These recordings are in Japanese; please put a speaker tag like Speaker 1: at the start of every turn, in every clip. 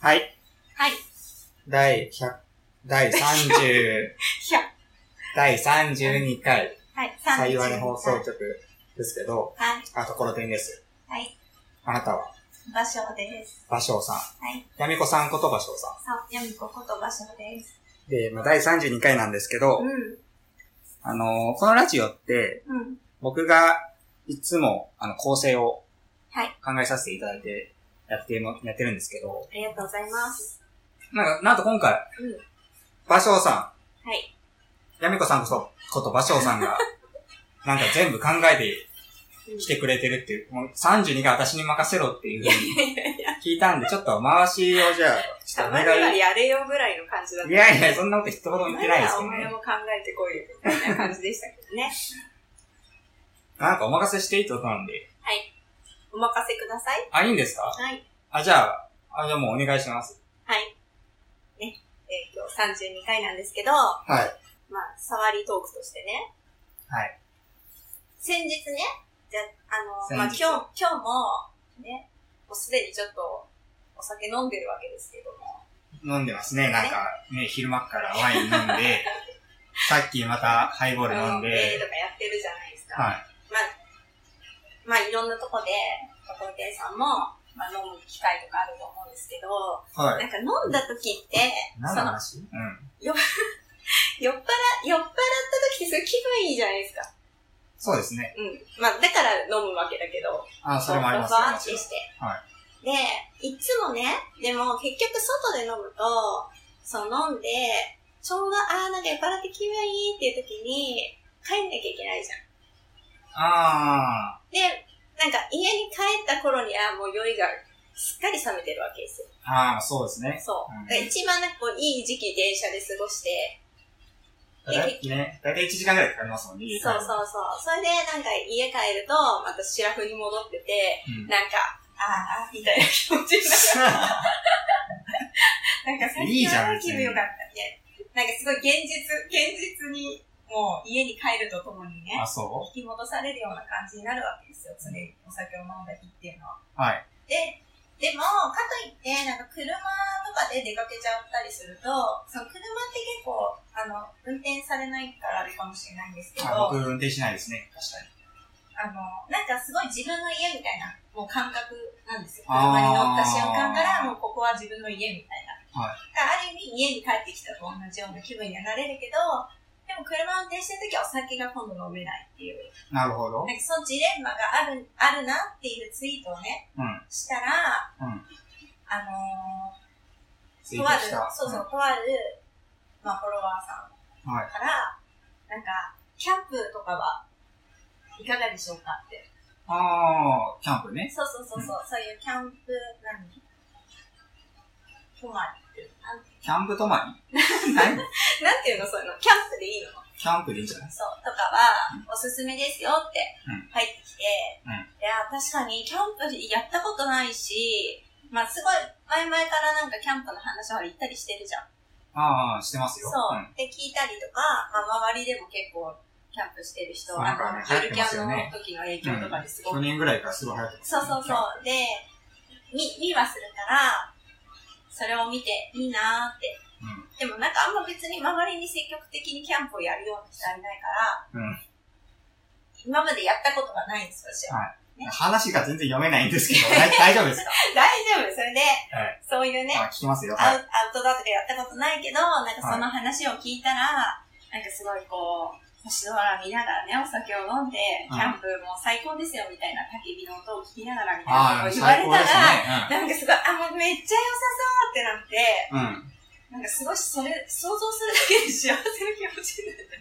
Speaker 1: はい。
Speaker 2: はい。
Speaker 1: 第100、第30、
Speaker 2: ひゃ。
Speaker 1: 第32回、
Speaker 2: はい。
Speaker 1: 幸いの放送
Speaker 2: はい。
Speaker 1: 局ですけど、あ、ところてんです。
Speaker 2: はい。
Speaker 1: あなたは、
Speaker 2: 場所です。
Speaker 1: 芭蕉さん。
Speaker 2: はい。
Speaker 1: やみこさんこと芭蕉さ
Speaker 2: さ、やみここと場所です。
Speaker 1: ん。で、まあ、第32回なんですけど、
Speaker 2: うん。
Speaker 1: あのーこのラジオって、
Speaker 2: うん。
Speaker 1: 僕がいつも、あの、構成を
Speaker 2: はい。
Speaker 1: 考えさせていただいて、やっても、やってるんですけど、
Speaker 2: ありがとうございます。
Speaker 1: なんか、なんと今回、
Speaker 2: うん。
Speaker 1: 芭蕉さ
Speaker 2: はい。
Speaker 1: ん、やみこさんこそ、こと芭蕉 さんが、なんか全部考えて
Speaker 2: うん
Speaker 1: 来てくれてるっていう、もう32が私に任せろっていうふうに聞いたんで、ちょっと回しをじゃあ、ちょ
Speaker 2: た
Speaker 1: っとお
Speaker 2: ま
Speaker 1: 願。
Speaker 2: にはいやれよぐらいの感じだった。
Speaker 1: いやいや、そんなこと一言も言ってないです
Speaker 2: お
Speaker 1: よ
Speaker 2: 前ら
Speaker 1: ね
Speaker 2: は。お前も考えてこいよ、みたいな感じでしたけどね。
Speaker 1: なんかお任せしていいってことなんで。
Speaker 2: はい。お任せください。
Speaker 1: あ、いいんですか
Speaker 2: はい。
Speaker 1: あ、じゃあ、あ、じゃあもうお願いします。
Speaker 2: はい。ね。えー今日32回なんですけど、
Speaker 1: はい。
Speaker 2: まあ、触りトークとしてね。
Speaker 1: はい。
Speaker 2: 先日ね、じゃ、あの、まあ今
Speaker 1: 先
Speaker 2: 日
Speaker 1: 日、
Speaker 2: 今日も、ね、もうすでにちょっと、お酒飲んでるわけですけども。
Speaker 1: 飲んでますね。なんか、ね、昼間っからワイン飲ん で、さっきまたハイボール飲ん
Speaker 2: えー
Speaker 1: で、
Speaker 2: とかやってるじゃないですか。
Speaker 1: はい。
Speaker 2: まあ、まあいろんなとこで、ところてんさんも、まあ飲む機会とかあると思うんですけど、
Speaker 1: は。
Speaker 2: ないんか飲んだ時って、
Speaker 1: 何
Speaker 2: そ
Speaker 1: の
Speaker 2: の、
Speaker 1: 話うん。
Speaker 2: 酔っ払、酔っ払った時ってすごい気分いいじゃないですか。
Speaker 1: そうですね。
Speaker 2: うん。まあだから飲むわけだけど。
Speaker 1: あ、それもあります
Speaker 2: バーってして。
Speaker 1: は
Speaker 2: で、いつもね、でも結局外で飲むと、その飲んで、ちょうど、ああ、なんか酔っ払って気分いいっていう時に、帰んなきゃいけないじゃん。
Speaker 1: あ
Speaker 2: で、なんか家に帰った頃にはもう酔いがすっかり冷めてるわけですよ。
Speaker 1: ー。あー、そうですね。
Speaker 2: そう
Speaker 1: うん。
Speaker 2: だから一番なんかこういい時期電車で過ごして、
Speaker 1: だいね、だいたい1時間ぐらいかかりますもんね。家帰る
Speaker 2: そう
Speaker 1: の
Speaker 2: そうそう。それでなんか家帰ると、またシラフに戻ってて、
Speaker 1: うん
Speaker 2: なんか、ああ、みたいな気持ちになる。なんか最
Speaker 1: いい
Speaker 2: 近
Speaker 1: じゃん
Speaker 2: は気分良かったね。なんかすごい現実、現実に、もう家に帰るとともに ね、
Speaker 1: あ、そ
Speaker 2: 引き戻されるような感じになるわけですよ。常にお酒を飲んだ日っていうのは。
Speaker 1: うはい。
Speaker 2: で、でも、かといって、なんか車とかで出かけちゃったりすると、その車って結構、あの、運転されないからあれかもしれないんですけど、
Speaker 1: あ僕、運転しないですね。確かに。
Speaker 2: あの、なんかすごい自分の家みたいな、もう感覚なんですよ。
Speaker 1: あー
Speaker 2: 車に乗った瞬間から、もうここは自分の家みたいな。
Speaker 1: はい
Speaker 2: だからある意味、家に帰ってきたと同じような気分にはなれるけど、でも車を運転してるときはお酒が今度飲めないっていう、
Speaker 1: なるほど
Speaker 2: な。んかそのジレンマがある、あるなっていうツイートをね、
Speaker 1: うん。
Speaker 2: したら、
Speaker 1: うん
Speaker 2: あの
Speaker 1: ツ
Speaker 2: ー、とある、そうそう、とある、まあ、フォロワーさん
Speaker 1: うん。はい。
Speaker 2: から、なんか、キャンプとかはいかがでしょうかって
Speaker 1: ああ、キャンプね。
Speaker 2: そうそうそうそう、そういうキャンプ、何泊まりっていうのなん
Speaker 1: キャンプ泊ま り何
Speaker 2: なんていうのそういうのキャンプでいいの
Speaker 1: キャンプでいいんじゃない
Speaker 2: そう、とかは、おすすめですよって
Speaker 1: うん
Speaker 2: 入ってきて、
Speaker 1: うん
Speaker 2: いや、確かにキャンプやったことないし、まあすごい、前々からなんかキャンプの話は行ったりしてるじゃん。
Speaker 1: ああ、してます
Speaker 2: そ
Speaker 1: よ。
Speaker 2: う。
Speaker 1: ん
Speaker 2: で、聞いたりとか、まあ周りでも結構、キャンプしてる人、
Speaker 1: そう
Speaker 2: あ
Speaker 1: なんか
Speaker 2: の、
Speaker 1: ね
Speaker 2: ゆるキ
Speaker 1: 流行ってます
Speaker 2: ャン
Speaker 1: よね
Speaker 2: の時の影響とかですごく
Speaker 1: 去年ぐらいからすごい流行ってます
Speaker 2: そう
Speaker 1: ね、
Speaker 2: そう
Speaker 1: キ
Speaker 2: そ
Speaker 1: ャン
Speaker 2: う。で、見、見はするから、それを見ていいなーって。でもなんかあんま別に周りに積極的にキャンプをやるような人はいないから、
Speaker 1: プ。うん。うん。
Speaker 2: 今までやったことがないんですよ、私は。
Speaker 1: 話が全然読めないんですけ ど、大大丈夫ですか
Speaker 2: 大丈夫それで、
Speaker 1: はい
Speaker 2: そういうね、
Speaker 1: あ聞きますよ。
Speaker 2: ア
Speaker 1: はい。
Speaker 2: ウアウトドアとかやったことないけど、なんかその話を聞いたら、なんかすごいこう、星空見ながらね、お酒を飲んで、
Speaker 1: う
Speaker 2: キ
Speaker 1: ん
Speaker 2: ャンプもう最高ですよみたいな焚き火の音を聞きながらみたいな
Speaker 1: あ
Speaker 2: こ
Speaker 1: あ、
Speaker 2: とを言わ
Speaker 1: 最
Speaker 2: れ
Speaker 1: 高
Speaker 2: た
Speaker 1: です
Speaker 2: ら、
Speaker 1: ね。
Speaker 2: なんかすごい、あ、もうめっちゃ良さそうってなって、
Speaker 1: うん。うん。
Speaker 2: なんかすごい、それ、想像するだけで幸せな気持ちになって。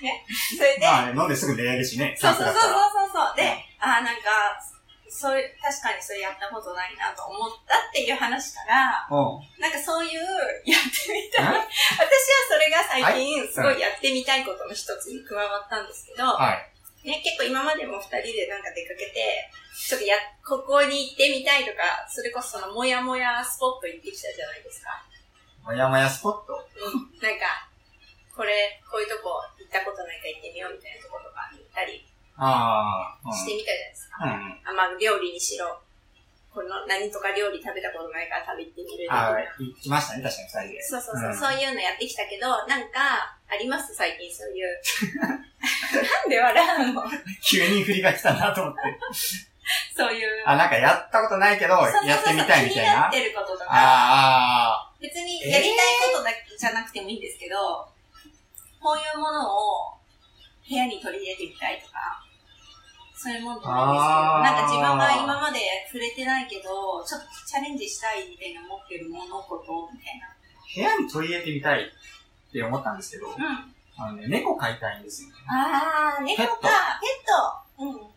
Speaker 2: ね。それで、
Speaker 1: まあ、飲んですぐ寝れるしね。
Speaker 2: そうそうそう
Speaker 1: キャンプだったら
Speaker 2: そうそうそう。で
Speaker 1: うん、
Speaker 2: あーなんか、それ、確かにそれやったことないなと思ったっていう話から、
Speaker 1: おう
Speaker 2: なんかそういう、やってみたい。私はそれが最近、すごいやってみたいことの一つに加わったんですけど、
Speaker 1: はい。
Speaker 2: ね、結構今までも二人でなんか出かけて、ちょっとや、ここに行ってみたいとか、それこそそのもやもやスポット行ってきたじゃないですか。
Speaker 1: もやもやスポット。
Speaker 2: うん。なんか、これ、こういうとこ行ったことないから行ってみようみたいなとことかに行ったり
Speaker 1: ああ。うん
Speaker 2: してみたじゃないですか。
Speaker 1: うん。
Speaker 2: あまあ、料理にしろ、この何とか料理食べたことないから食べてみるみ
Speaker 1: あ
Speaker 2: たいな。
Speaker 1: ー、行きましたね、確かに二人で。
Speaker 2: そうそうそう、
Speaker 1: うん
Speaker 2: そういうのやってきたけど、なんか、あります最近そういう。 なんで笑うの
Speaker 1: 急に振りが来たなと思って。
Speaker 2: そういう。
Speaker 1: あ、なんかやったことないけど、
Speaker 2: そうそうそう
Speaker 1: やってみたいみたい
Speaker 2: 気にな
Speaker 1: な
Speaker 2: っ。てることとか、
Speaker 1: あ
Speaker 2: 別にやりたいことだけじゃなくてもいいんですけど、こういうものを部屋に取り入れてみたいとか、そういうものとかですけど、
Speaker 1: あ
Speaker 2: なん
Speaker 1: ー
Speaker 2: か自分が今まで触れてないけど、ちょっとチャレンジしたいみたいな思ってるものことみたいな。
Speaker 1: ー、部屋に取り入れてみたいって思ったんですけど、
Speaker 2: うん。
Speaker 1: あのね、猫飼いたいんですよね。
Speaker 2: あー、猫か、ペット。うん。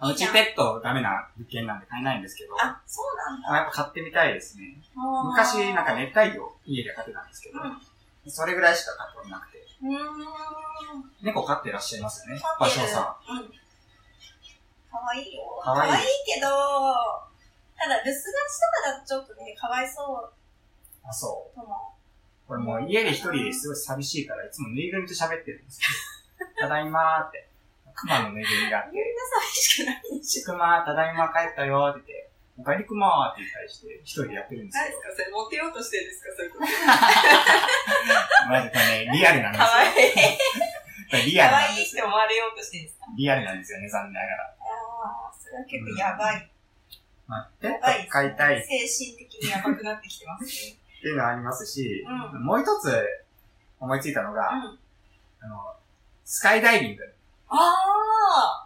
Speaker 1: あうちペットダメな物件なんで飼えないんですけど、ま
Speaker 2: あ、そうなんだ。
Speaker 1: あやっぱ飼ってみたいですね。
Speaker 2: あー
Speaker 1: 昔、なんか。熱帯魚を家で飼ってたんですけど、それぐらいしか飼ってなくて、
Speaker 2: うーん。
Speaker 1: 猫飼ってらっしゃいますよね
Speaker 2: 飼、
Speaker 1: 場
Speaker 2: って
Speaker 1: 所
Speaker 2: る
Speaker 1: さん。
Speaker 2: うん。かわいいよ。
Speaker 1: かわいい
Speaker 2: 可愛けど、ただ留守がちとかだとちょっとね、かわいそう
Speaker 1: あ、そう。
Speaker 2: とも。
Speaker 1: これもう家で一人ですごい寂しいから、いつもぬいぐるみと喋ってるんですよ。 ただいまーって。熊のぬいぐるみがあって
Speaker 2: みんな寂しくないでしょ。
Speaker 1: 熊、ただいま帰ったよーって言って、おかえり熊ーって言ったりして、一人でやってるんです
Speaker 2: 何
Speaker 1: け
Speaker 2: で
Speaker 1: ど
Speaker 2: す、かそれ、モテようとしてるんですかそれ。
Speaker 1: マジこれね、リアルなんです
Speaker 2: かわいい。
Speaker 1: よ。これリ
Speaker 2: か
Speaker 1: アル
Speaker 2: わ
Speaker 1: なん
Speaker 2: い
Speaker 1: で
Speaker 2: いっ
Speaker 1: す
Speaker 2: て
Speaker 1: よ。
Speaker 2: 思われようとしてるんですか
Speaker 1: リアルなんですよね、残念ながら。
Speaker 2: ああ、それは結構やばい。
Speaker 1: まあ、ペッ
Speaker 2: やばいです
Speaker 1: ト飼いたいっ
Speaker 2: 精神的にやばくなってきてます。
Speaker 1: ていうのはありますし、
Speaker 2: う
Speaker 1: もう一つ思いついたの
Speaker 2: う
Speaker 1: が、
Speaker 2: ん。
Speaker 1: あの、スカイダイビング。
Speaker 2: ああ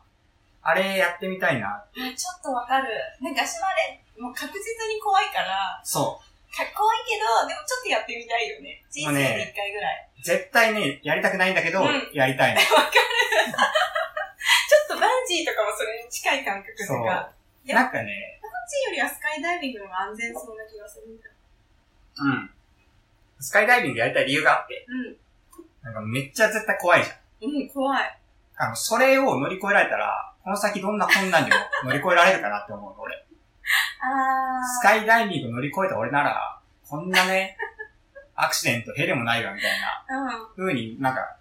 Speaker 1: あれやってみたいな。
Speaker 2: ー、ちょっとわかる。なんか私もあれ、もう確実に怖いから、
Speaker 1: そ
Speaker 2: かっこいいけど、でもちょっとやってみたいよね。人生で一回ぐらい。
Speaker 1: う。絶対ね、やりたくないんだけど、
Speaker 2: うん
Speaker 1: やり たいの。
Speaker 2: ちょっとバンジーとかもそれに近い感覚と
Speaker 1: そう
Speaker 2: か。。や
Speaker 1: なんかね、
Speaker 2: バンジーよりはスカイダイビングの方が安全そうな気がするんだ。
Speaker 1: うん。スカイダイビングやりたい理由があって、なんかめっちゃ絶対怖いじゃん。
Speaker 2: うん。うん、怖い。
Speaker 1: あの、それを乗り越えられたら、この先どんな困難にも乗り越えられるかなって思うの、俺。
Speaker 2: あー。
Speaker 1: スカイダイビング乗り越えた俺なら、こんなね、 アクシデント減りもないわみたいな
Speaker 2: うん。あ
Speaker 1: 風になんか、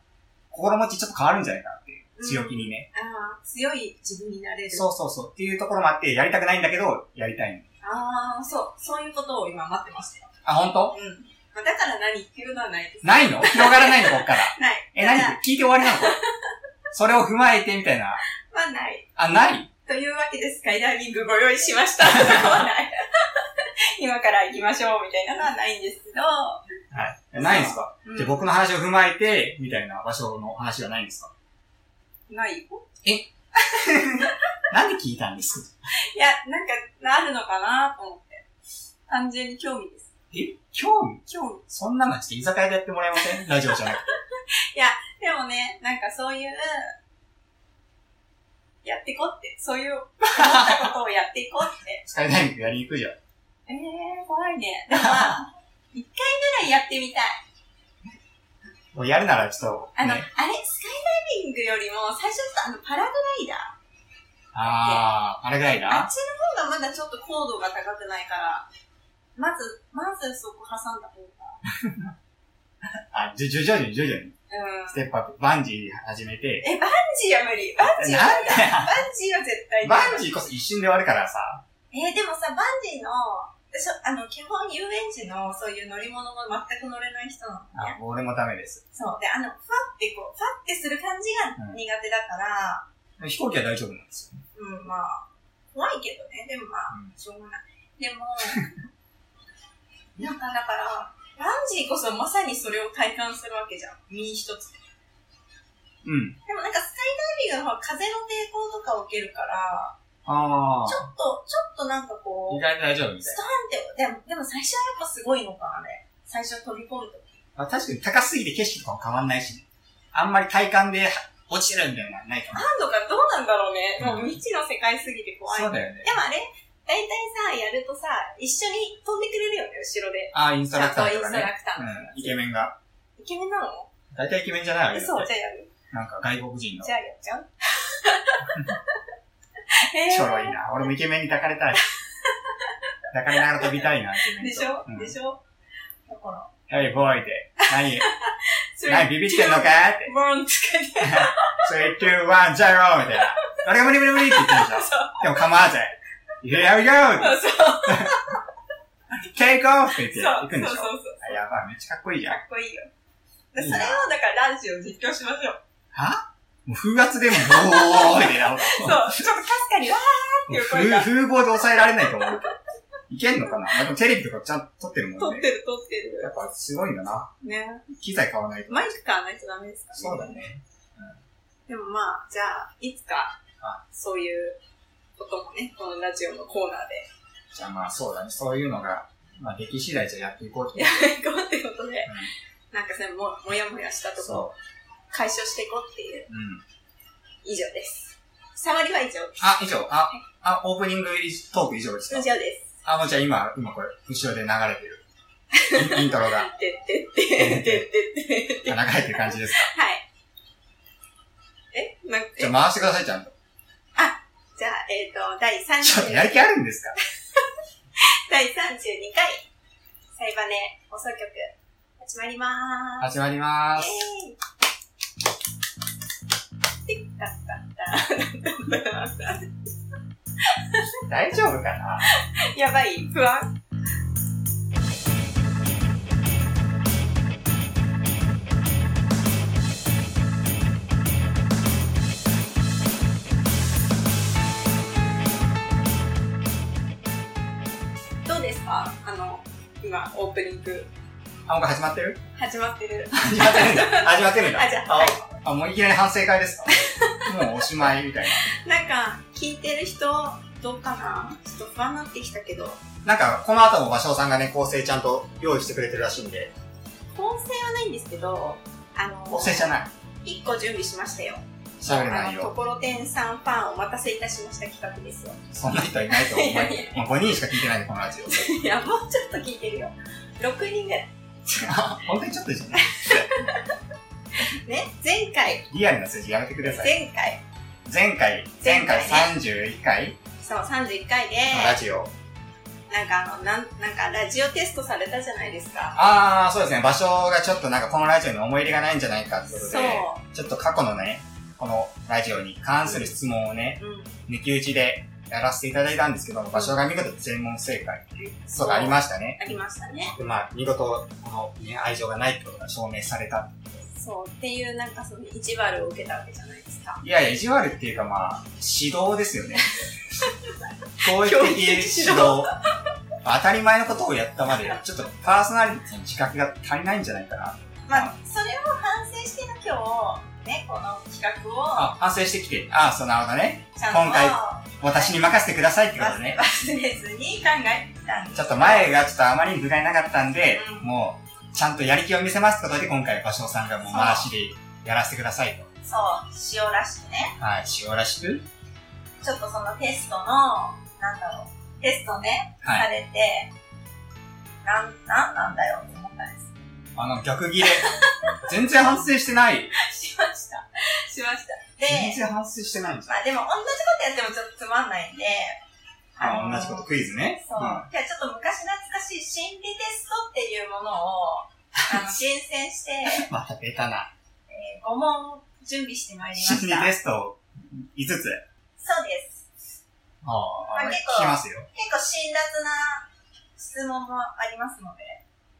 Speaker 1: 心持ちちょっと変わるんじゃないかなっていう。強気にね。
Speaker 2: ー強い自分になれる。
Speaker 1: そうそうそう。っていうところもあって、やりたくないんだけど、やりたいの。
Speaker 2: あー、そう。そういうことを今待ってましたよ。
Speaker 1: あ、本当？
Speaker 2: うん。まあだから何っていうのはないです。
Speaker 1: ないの広がらないのこっから。
Speaker 2: ない。
Speaker 1: え、
Speaker 2: た
Speaker 1: 何
Speaker 2: だ
Speaker 1: 聞いて終わりなのこれそれを踏まえてみたいな。
Speaker 2: まあない。
Speaker 1: あ、ない
Speaker 2: というわけでスカイダイビングご用意しま した。とかはない。今から行きましょうみたいなのはないんですけど。
Speaker 1: はい。ないんですか
Speaker 2: うん
Speaker 1: じゃあ僕の話を踏まえて、みたいな場所の話はないんですか
Speaker 2: ないよ
Speaker 1: なんで聞いたんです
Speaker 2: いや、なんか、あるのかなと思って。単純に興味です。
Speaker 1: え興味
Speaker 2: 興味。
Speaker 1: そんなのちょっと居酒屋でやってもらえません ラジオじゃなくて。
Speaker 2: でもね、なんかそういう、やってこって、そういう、思ったことをやってい こうって。
Speaker 1: スカイダイビングやりにくいじゃん。
Speaker 2: えー、怖いね。でもまあ、一回ぐらいやってみたい。
Speaker 1: もうやるならちょっ
Speaker 2: あ
Speaker 1: と、
Speaker 2: の、
Speaker 1: ね。
Speaker 2: あれ、スカイダイビングよりも、最初ちょっとあの、パラグライダー。
Speaker 1: ああ、あれぐらい
Speaker 2: あ
Speaker 1: な。
Speaker 2: っちの方がまだちょっと高度が高くないから、まず、まずそこ挟んだ方が。
Speaker 1: あ、じゅ、じゅ、徐々に徐々に。
Speaker 2: うん。
Speaker 1: ステップアップ。バンジー始めて。
Speaker 2: え、バンジーは無理。バンジーは
Speaker 1: なんだよ
Speaker 2: バンジーは絶対に
Speaker 1: バンジーこそ一瞬で終わるからさ。
Speaker 2: えーでもさ、バンジーの、しょあの、基本遊園地のそういう乗り物が全く乗れない人なのね。
Speaker 1: あ、俺もダメです。
Speaker 2: そう。で、あの、ファってこう、ファってする感じが
Speaker 1: うん
Speaker 2: 苦手だから、
Speaker 1: 飛行機は大丈夫なんですよね。
Speaker 2: うん、まあ、怖いけどね。でもまあ、
Speaker 1: うん
Speaker 2: しょうがない。でも、 なんかだから、バンジーこそまさにそれを体感するわけじゃん。身一つで。
Speaker 1: うん。
Speaker 2: でもなんかスカイダイビングの方は風の抵抗とかを受けるから、
Speaker 1: あ
Speaker 2: ちょ
Speaker 1: あ。
Speaker 2: っと、ちょっとなんかこう
Speaker 1: 意、外と大丈夫みたい
Speaker 2: ストーンって、でも、でも最初はやっぱすごいのかな、あれ。最初飛び込むとき。
Speaker 1: な。あ確かに高すぎて景色とかも変わんないしね。あんまり体感で落ちてるみたいなのはないかも。
Speaker 2: 何度かどうなんだろうね。
Speaker 1: うん
Speaker 2: もう未知の世界すぎて怖い。で
Speaker 1: そ
Speaker 2: も
Speaker 1: うだよね。
Speaker 2: あれ、大体さ、やるとさ、一緒に飛んでくれるよね、後ろで。
Speaker 1: ああ、インス
Speaker 2: ち
Speaker 1: ト
Speaker 2: ゃ
Speaker 1: ラ
Speaker 2: ん
Speaker 1: クタ
Speaker 2: と
Speaker 1: ー
Speaker 2: イン
Speaker 1: とか
Speaker 2: ストラ
Speaker 1: ね。
Speaker 2: クター
Speaker 1: う
Speaker 2: の。
Speaker 1: ん。イケメンが。
Speaker 2: イケメンなの
Speaker 1: 大体イケメンじゃないわけ
Speaker 2: 嘘
Speaker 1: だっ
Speaker 2: じ
Speaker 1: て。
Speaker 2: ゃあやる
Speaker 1: なんか外国人の
Speaker 2: じ。ゃあやっ ちゃうえー
Speaker 1: ちょろいな。俺もイケメンに抱かれ たい。抱かれながら飛びたいな、イケメンと
Speaker 2: でしょ、
Speaker 1: うん
Speaker 2: でしょだから。
Speaker 1: はい、ボーイで。 何
Speaker 2: それ
Speaker 1: 何ビビってんのかって。
Speaker 2: ボンつけて。
Speaker 1: 3、2、1、0! みたいな。俺が無理無理無理って言ってるでしょ。でも構わず。 Here we go!
Speaker 2: そうそう。そ
Speaker 1: Take off! って言っ
Speaker 2: う。
Speaker 1: て
Speaker 2: そ
Speaker 1: 行
Speaker 2: う
Speaker 1: くんで
Speaker 2: そ
Speaker 1: し
Speaker 2: う
Speaker 1: ょ
Speaker 2: そう。
Speaker 1: あやばい、めっちゃかっこいいじゃ
Speaker 2: か
Speaker 1: ん。
Speaker 2: っこいいよ。そ
Speaker 1: い
Speaker 2: れ
Speaker 1: い
Speaker 2: を
Speaker 1: な
Speaker 2: だから男子を実況しましょう。
Speaker 1: もう風圧でも、ボーイでやろう。
Speaker 2: そう。ちょっとかすかに、わ
Speaker 1: もう風、風貌で抑えられないと思うけど。いけんのかなあでもテレビとかちゃんと撮ってる
Speaker 2: ー
Speaker 1: も
Speaker 2: 撮
Speaker 1: ん
Speaker 2: っ
Speaker 1: ね。
Speaker 2: てる撮ってる。
Speaker 1: やっぱすごいんだな。
Speaker 2: ね。
Speaker 1: 機材買わないと。
Speaker 2: マイク買わないとダメですからね。
Speaker 1: そうだね。
Speaker 2: でもまあ、じゃあ、いつか
Speaker 1: は、
Speaker 2: そういうこともね、このラジオのコーナーで
Speaker 1: じゃあまあそうだね。そういうのが、まあ出来次第じゃやっていこうと思
Speaker 2: や
Speaker 1: う。
Speaker 2: っていこうってことで、
Speaker 1: うん
Speaker 2: なんかね、も、もやもやしたところ、
Speaker 1: そ
Speaker 2: 解消していこうっていう、
Speaker 1: う。うん。
Speaker 2: 以上です。触りは以上です。
Speaker 1: あ、以上。あ、あ、オープニングトーク以上ですか
Speaker 2: 以上です。
Speaker 1: あ、もうじゃあ今、今これ、後ろで流れてる。インイントロが、
Speaker 2: てってって、ってってって。
Speaker 1: 流れてる感じ ですか
Speaker 2: はい。えなんて
Speaker 1: じゃあ回してください、ちゃんと。
Speaker 2: じゃあ、えっ、と、第
Speaker 1: ちょっと
Speaker 2: 30
Speaker 1: やる気あるんですか
Speaker 2: 第32回、サイバネ放送局、始まりまー
Speaker 1: 始まりまー
Speaker 2: す。
Speaker 1: す。
Speaker 2: イェーイティッタッタッタ
Speaker 1: 大丈夫かな
Speaker 2: やばい不安どうですかあの、今、オープニング
Speaker 1: あ、もう始まってる
Speaker 2: 始まってる。
Speaker 1: 始まってるんだ。始まってる んだ。
Speaker 2: あじゃあはい
Speaker 1: あ、もういきなり反省会ですかもうおしまいみたい
Speaker 2: なんか、聞いてる人、どうかなちょっと不安になってきたけど、
Speaker 1: な。なんか、この後も場所さんがね、構成ちゃんと用意してくれてるらしいんで。
Speaker 2: 構成はないんですけど、あの
Speaker 1: 構、成じゃない。
Speaker 2: 一個準備しましたよ。
Speaker 1: 喋れ
Speaker 2: あ
Speaker 1: ない
Speaker 2: の、と
Speaker 1: よ。
Speaker 2: ころてんさんファンお待たせいたしました企画ですよ。
Speaker 1: そんな人いないと思
Speaker 2: いやいや
Speaker 1: う。もう5人しか聞いてないね、この ラジオ。
Speaker 2: いや、もうちょっと聞いてるよ。6人ぐらい。
Speaker 1: あ本当にちょっとじゃない
Speaker 2: ね、前回、
Speaker 1: リアルな数字やめてください。
Speaker 2: 前回、
Speaker 1: 前回、
Speaker 2: 前
Speaker 1: 前
Speaker 2: 回
Speaker 1: 回
Speaker 2: ね
Speaker 1: 31回
Speaker 2: そう、31回で、
Speaker 1: のラジオ。
Speaker 2: なんかあの、なん、なんかラジオテストされたじゃないですか。
Speaker 1: あー、そうですね。場所がちょっとなんかこのラジオに思い入れがないんじゃないかってこと
Speaker 2: そ
Speaker 1: で
Speaker 2: う、。
Speaker 1: ちょっと過去のね、このラジオに関する質問をね、
Speaker 2: うん。
Speaker 1: 抜き打ちでやらせていただいたんですけども、場所が見事全問正解っていうことがありましたね。
Speaker 2: ありましたね。
Speaker 1: でまあ、見事、この、ね、愛情がないってことが証明された。
Speaker 2: そう。っていう、なんかその、一悪を受けたわけじゃないですか。
Speaker 1: いやいや、意地悪っていうかまあ、指導です よね。教育的指導。
Speaker 2: 教育的指導
Speaker 1: 当たり前のことをやったまで、ちょっとパーソナリティの自覚が足りないんじゃないかな。
Speaker 2: まあ、それを反省しての今日、ね、この企画を、
Speaker 1: あ、反省してきて、ああ、そうなるほどね。
Speaker 2: ちゃんと、
Speaker 1: 今回私に任せてくださいってことね。
Speaker 2: 忘れずに考えてきたんです。
Speaker 1: ちょっと前がちょっとあまりに具がなかったんで、
Speaker 2: うん
Speaker 1: もう、ちゃんとやる気を見せますってことで、今回、芭蕉さんがもう回しでやらせてくださいと。
Speaker 2: そう、塩らしくね。
Speaker 1: はい、塩らしく。
Speaker 2: ちょっとそのテストの、なんだろう、テストね、
Speaker 1: は
Speaker 2: さ
Speaker 1: い。
Speaker 2: れて、なん、なんなんだよって思ったんで
Speaker 1: あの、逆 切れ。全然反省してない。
Speaker 2: す。しました。 しました。
Speaker 1: 全
Speaker 2: で、
Speaker 1: 然反省してないんですよ。
Speaker 2: まあでも同じことやってもちょっとつまんないんで、
Speaker 1: あ
Speaker 2: の
Speaker 1: 同じこと、クイズね。
Speaker 2: そう。
Speaker 1: ん
Speaker 2: じゃあちょっと昔懐かしい心理テストっていうものを、 あの、申請して、
Speaker 1: またベタな。
Speaker 2: えー5問準備してまいりました。
Speaker 1: 心理テスト5つ。
Speaker 2: そうです。
Speaker 1: ああ、
Speaker 2: まあ
Speaker 1: 聞
Speaker 2: 結構
Speaker 1: きますよ。
Speaker 2: 結構辛辣な質問もありますので、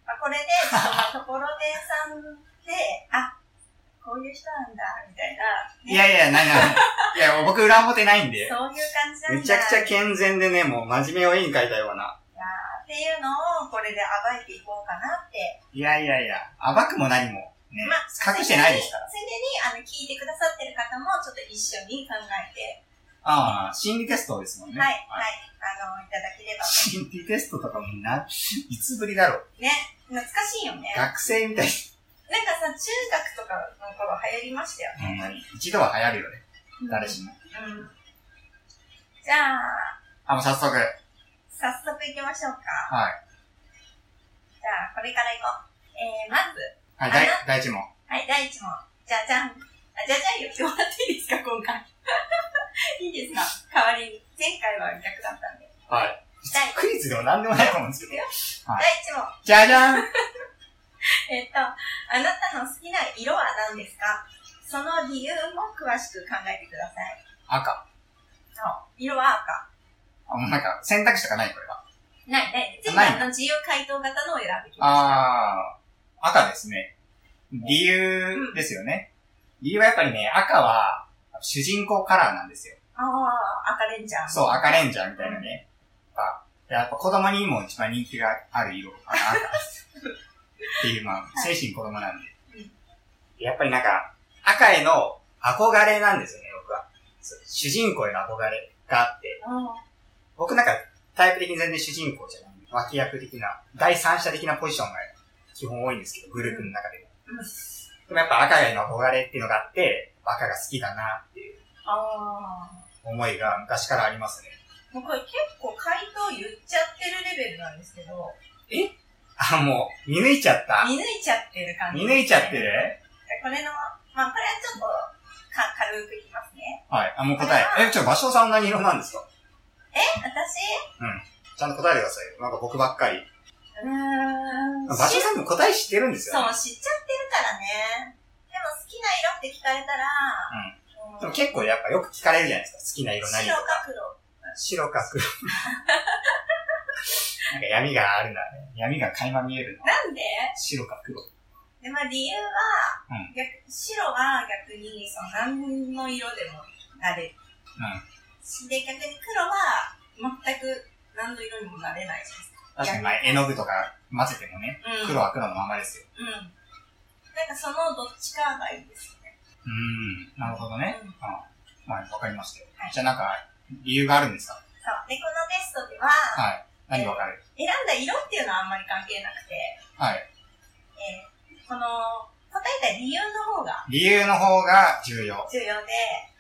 Speaker 2: まあ、これで、ちょっとまあところてんさんで、あ、こういう人なんだ、みたいな、
Speaker 1: いやいや、ない ない。いや、もう僕裏表ないんで。
Speaker 2: そういう感じなんだ。
Speaker 1: めちゃくちゃ
Speaker 2: っ
Speaker 1: 健全でね、もう真面目を絵に描いたような。
Speaker 2: ていうのを、これで暴いていこうかなって。
Speaker 1: いやいやいや、暴くも何も。ね、
Speaker 2: まあ、
Speaker 1: 隠してないですから。
Speaker 2: ついでに、ついでにあの、聞いてくださってる方も、ちょっと一緒に考えて、
Speaker 1: ああ、心理テストですもんね。
Speaker 2: はい、はい、あの、いただければ。
Speaker 1: 心理テストとかもな、いつぶりだろう。
Speaker 2: ね、懐かしいよね。なん
Speaker 1: 学生みたいに。
Speaker 2: かさ、中学とかの頃流行りましたよね。
Speaker 1: ほんまに一度は流行るよね。誰しも。
Speaker 2: うん。じゃあ、
Speaker 1: あ、もう早速。はい。
Speaker 2: 早速行きましょうか。じゃあ、これから行こう。えー、まず、
Speaker 1: はい、第第一問。
Speaker 2: はい、第1問。じゃじゃん。あ、じゃじゃん言ってもらっていいですか、今回。 いいですか代わりに。前回は逆だったんで。
Speaker 1: はい。
Speaker 2: 第1
Speaker 1: クイズでも何でもないと思うんですけど。はい
Speaker 2: 問。
Speaker 1: じゃじゃん
Speaker 2: えっと、あなたの好きな色は何ですかその理由も詳しく考えてください。
Speaker 1: 赤。
Speaker 2: そう色は赤。
Speaker 1: ああもうなんか、選択肢とかないこれは。
Speaker 3: ないね。全部
Speaker 1: ない
Speaker 3: あの自由回答型のを選んできまし
Speaker 1: あー、赤ですね。理由ですよね。理由はやっぱりね、赤は、主人公カラーなんですよ。
Speaker 3: た。ああ、赤レンジャー。
Speaker 1: そう、赤レンジャーみたいなね。やっぱ、やっぱ子供にも一番人気がある色、あの赤です。っていう、まあ、精神子供なんで。やっぱりなんか、赤への憧れなんですよね、僕は。そう主人公への憧れがあって。
Speaker 3: うん。
Speaker 1: 僕なんか、タイプ的に全然主人公じゃない。脇役的な、第三者的なポジションが基本多いんですけど、グループの中でも。
Speaker 3: うん
Speaker 1: でもやっぱ赤への憧れっていうのがあって、赤が好きだなっていう
Speaker 3: ああ。
Speaker 1: 思いが昔からありますね。
Speaker 2: もうこれ結構回答言っちゃってるレベルなんですけど、
Speaker 1: あ、もう、見抜いちゃった。
Speaker 2: 見抜いちゃってる感じ、
Speaker 1: 見抜いちゃって。る
Speaker 2: これの、まあこれはちょっとか軽くいきますね。
Speaker 1: はい。あ、もう答え。え、ちょ、場所さん何色なんですか
Speaker 2: 私、
Speaker 1: ちゃんと答えてくださいよ。なんか僕ばっかり。
Speaker 2: うーん。
Speaker 1: 場所
Speaker 2: し
Speaker 1: さんの答え知ってるんですよ、ね。
Speaker 2: そう、知っちゃってるからね。でも好きな色って聞かれたら、うん
Speaker 1: でも結構やっぱよく聞かれるじゃないですか。好きな色何
Speaker 2: 白か黒。
Speaker 1: 白か黒。 なんか闇があるんだね。闇が垣間見えるな。
Speaker 2: なんで
Speaker 1: 白か黒。
Speaker 2: で、まあ理由は、
Speaker 1: う
Speaker 2: 逆白は逆にその何の色でもなれる。うん、で、逆に黒は全く何の色にもなれないじゃないです
Speaker 1: 確かに、
Speaker 2: か。
Speaker 1: まあ、絵の具とか混ぜてもね、
Speaker 2: うん、
Speaker 1: 黒は黒のままですよ。
Speaker 2: うん。なんかそのどっちかがいいですよね。
Speaker 1: うーん、なるほどね。
Speaker 2: うん
Speaker 1: うん。はい、わかりましたよ
Speaker 2: はい。
Speaker 1: じゃあなんか、理由があるんですか
Speaker 2: そう。で、このテストでは、
Speaker 1: はい。何わかる
Speaker 2: 選んだ色っていうのはあんまり関係なくて、
Speaker 1: はい。
Speaker 2: えーこの答えた理由の方が
Speaker 1: 理由の方が重要。
Speaker 2: 重要で、えー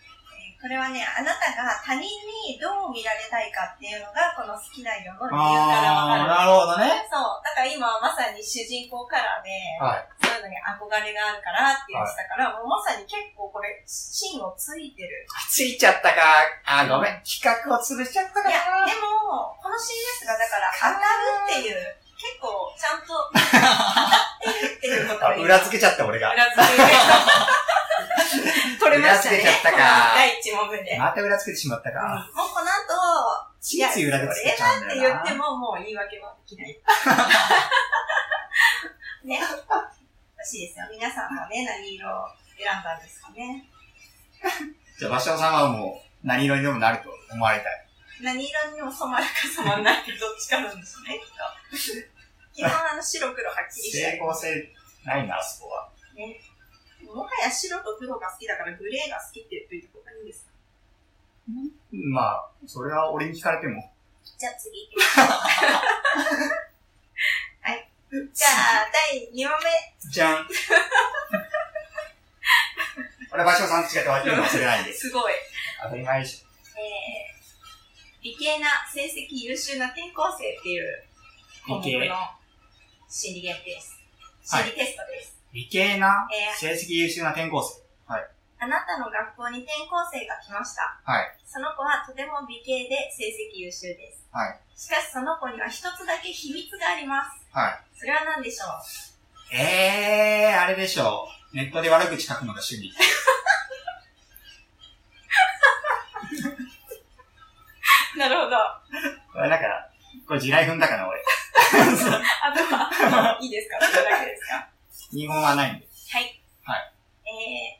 Speaker 2: これはね、あなたが他人にどう見られたいかっていうのが、この好きな色の理由からわ
Speaker 1: あー、
Speaker 2: かる。
Speaker 1: なるほどね。
Speaker 2: そう。だから今はまさに主人公カラーで、
Speaker 1: はい。
Speaker 2: そういうのに憧れがあるからって言ってたから、もうまさに結構これ、芯をついてる。
Speaker 1: ついちゃったか。あ、ごめん。企画を潰しちゃったか
Speaker 2: いや、
Speaker 1: な。
Speaker 2: でも、この CS がだから当たるっていう、結構ちゃ んと当たってるっていうこと
Speaker 1: あ
Speaker 2: が
Speaker 1: 裏付けちゃった俺が。
Speaker 2: 裏付け取れました
Speaker 1: 裏付け
Speaker 2: ね。
Speaker 1: ちゃったか
Speaker 2: 第一問目で。うん
Speaker 1: また裏付けてしまったか。
Speaker 2: もうこの後、
Speaker 1: ついつい裏付けちゃうん
Speaker 2: っ
Speaker 1: だ
Speaker 2: て
Speaker 1: よ
Speaker 2: 言
Speaker 1: な。
Speaker 2: ってももう言い訳はで きない。ね。欲しいですよ。皆さんはね、何色を選んだんですかね。
Speaker 1: じゃあ、場所さんはもう、何色にでもなると思われたい。
Speaker 2: 何色にも染まるか染まらないかどっちかなんですね、きっと。基本あの白黒はっきりした
Speaker 1: 成功性ないな、あそこは。
Speaker 2: もはや白と黒が好きだからグレーが好きって言っといた方がいいんですか
Speaker 1: まあ、それは俺に聞かれても。
Speaker 2: じゃあ 次行きましょうはい。じゃあ、第2問目。
Speaker 1: じゃん。俺、場所さん違って分けるの忘れないんです。
Speaker 2: すごい。
Speaker 1: 当たり前でし
Speaker 2: えー、理系な成績優秀な転校生っていう項目
Speaker 1: 理系
Speaker 2: の心理ゲームです。
Speaker 1: はい
Speaker 2: 心理テストです。
Speaker 1: ょ。理系な
Speaker 2: え、
Speaker 1: 成績優秀な転校生。
Speaker 2: あなたの学校に転校生が来ました。
Speaker 1: はい
Speaker 2: その子はとても美形で成績優秀です。
Speaker 1: はい
Speaker 2: しかしその子には一つだけ秘密があります。
Speaker 1: は
Speaker 2: それは何でしょう
Speaker 1: い。えー、あれでしょう。ネットで悪口書くのが趣味。
Speaker 2: なるほど。あ
Speaker 1: これなんか、これ地雷踏んだかな、俺。
Speaker 2: とは、いいですかそれだけですか
Speaker 1: 日本はないんで。
Speaker 2: はい。
Speaker 1: は
Speaker 2: えー、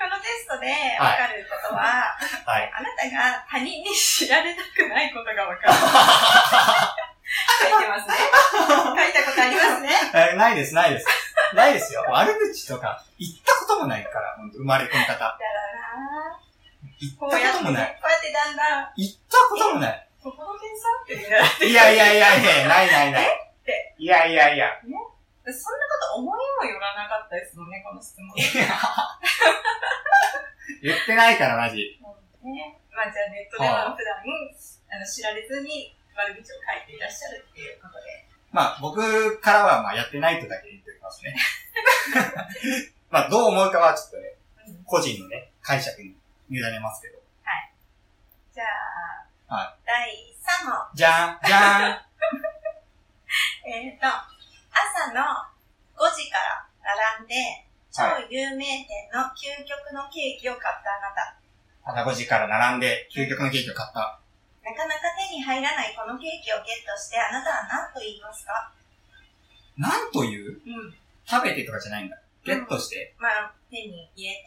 Speaker 2: このテストでわかることは、
Speaker 1: はい。
Speaker 2: あなたが他人に知られたくないことがわかる。書いてますね。書いたことありますね。
Speaker 1: えーないです、ないです。ないですよ。悪口とか、言ったこともないから、ほんと生まれこの方。
Speaker 2: だらな
Speaker 1: 言った
Speaker 2: こ
Speaker 1: こ
Speaker 2: うやって、
Speaker 1: ともない。
Speaker 2: こうやってだんだん、
Speaker 1: 言ったこともない。
Speaker 2: ここの点さってみんな、
Speaker 1: いやいやいやいや、ないないない。いやいやいや。
Speaker 2: そんなこと思いもよらなかったですもんね、この質問。
Speaker 1: 言ってないから、マジ。
Speaker 2: ね、まあじゃあネットでは普段、あの知られずに悪口を書いていらっしゃるっていうことで。
Speaker 1: まあ、僕からは、まあ、やってないとだけ言っておきますね。 まあ、どう思うかは、ちょっとね、
Speaker 2: うん
Speaker 1: 個人のね、解釈に委ねますけど。
Speaker 2: じゃあ、
Speaker 1: は
Speaker 2: 第3問。
Speaker 1: じゃん、じゃん。
Speaker 2: えっ、と、朝の5時から並んで、超
Speaker 1: は
Speaker 2: 有名店の究極のケーキを買ったあなた。
Speaker 1: 朝5時から並んで、究極のケーキを買った。
Speaker 2: うなかなか手に入らないこのケーキをゲットしてあなたは何と言いますか
Speaker 1: なんという
Speaker 2: うん。
Speaker 1: 食べてとかじゃないんだ。ゲットして、
Speaker 2: まあ、手に入れて、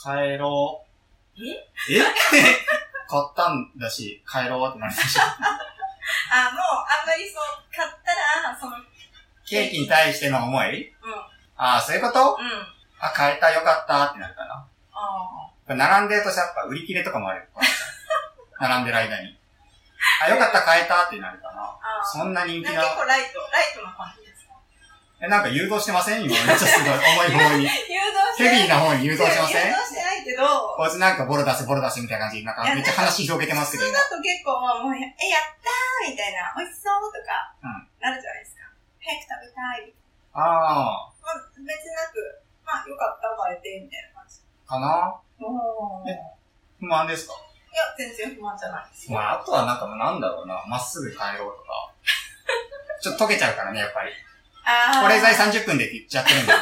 Speaker 1: 帰ろう。
Speaker 2: え
Speaker 1: え 買ったんだし、帰ろうってなるでしょ。
Speaker 2: あ、もうあんまりそう、買ったら、その、うん。
Speaker 1: ケーキに対しての思い
Speaker 2: う
Speaker 1: ああ、そういうこと
Speaker 2: ん。
Speaker 1: あ、買えた、よかったってなるかな。
Speaker 2: ああ。
Speaker 1: これ並んでるとしたらやっぱ売り切れとかも あるよ。並んでる間に。あ、よかった、買えたってなるかな。
Speaker 2: ああ。
Speaker 1: そんな人気
Speaker 2: 結
Speaker 1: な。
Speaker 2: 構ライト、ライトな感じですか
Speaker 1: え、なんか誘導してません今めっちゃすごい。重い 方に。
Speaker 2: 誘導して
Speaker 1: ヘ
Speaker 2: ない。
Speaker 1: ビーな方に誘導してませ
Speaker 2: 誘
Speaker 1: ん
Speaker 2: 導してないけど、
Speaker 1: こいつなんかボロ出せ、ボロ出せみたいな感じ。なんかめっちゃ話広げてますけど、今。
Speaker 2: あと結構まあもうや、え、やったーみたいな、美味しそうとか、
Speaker 1: うん
Speaker 2: なるじゃないですか。早く食べたい。
Speaker 1: あ
Speaker 2: まあ、別なく、まあ、よかった、買えて、みたいな感じ。
Speaker 1: ー、かな
Speaker 2: おー。い
Speaker 1: え不満ですか
Speaker 2: や、全然不満じゃないです。
Speaker 1: まあ、あとはなんか、なんだろうな、まっすぐ帰ろうと か。ちょっと溶けちゃうからね、やっぱり。
Speaker 2: あ
Speaker 1: 保冷剤
Speaker 2: ん
Speaker 1: 30分でって言っちゃってるん で。うん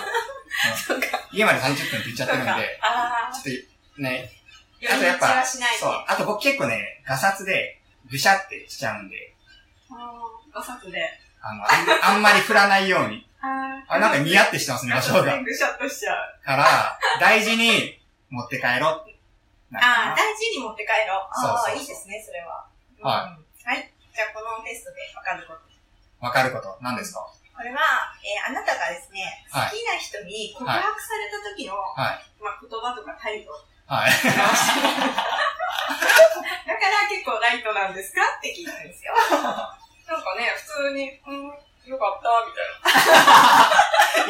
Speaker 1: 家まで30分って言っちゃってるんで、
Speaker 2: あー。
Speaker 1: ちょっとね、
Speaker 2: 寄り
Speaker 1: あとやっ
Speaker 2: 道
Speaker 1: ぱ
Speaker 2: はしないで。
Speaker 1: そう。あと僕結構ね、ガサツで、ぐしゃってしちゃうんで、
Speaker 2: あー。ガサツで。
Speaker 1: あの、あんあんまり振らないように。
Speaker 2: あ
Speaker 1: あ、なんか似合ってしてます ね、場所が。
Speaker 2: ぐしゃっとしちゃう。
Speaker 1: から、大事に持って帰ろうって。なんか
Speaker 2: ああ、大事に持って帰ろう。ああ、
Speaker 1: そうそうそう
Speaker 2: いいですね、それは。。
Speaker 1: はい
Speaker 2: はい。じゃあ、このテストでわかること。
Speaker 1: わかること、何ですか
Speaker 2: これは、えーあなたがですね、好
Speaker 1: はい
Speaker 2: きな人に告白された時の、
Speaker 1: は
Speaker 2: まあ、言葉とか態度。
Speaker 1: はい。
Speaker 2: だから結構ライトなんですかって聞いた んですよ。なんかね、普通に、うん、よかった、みたい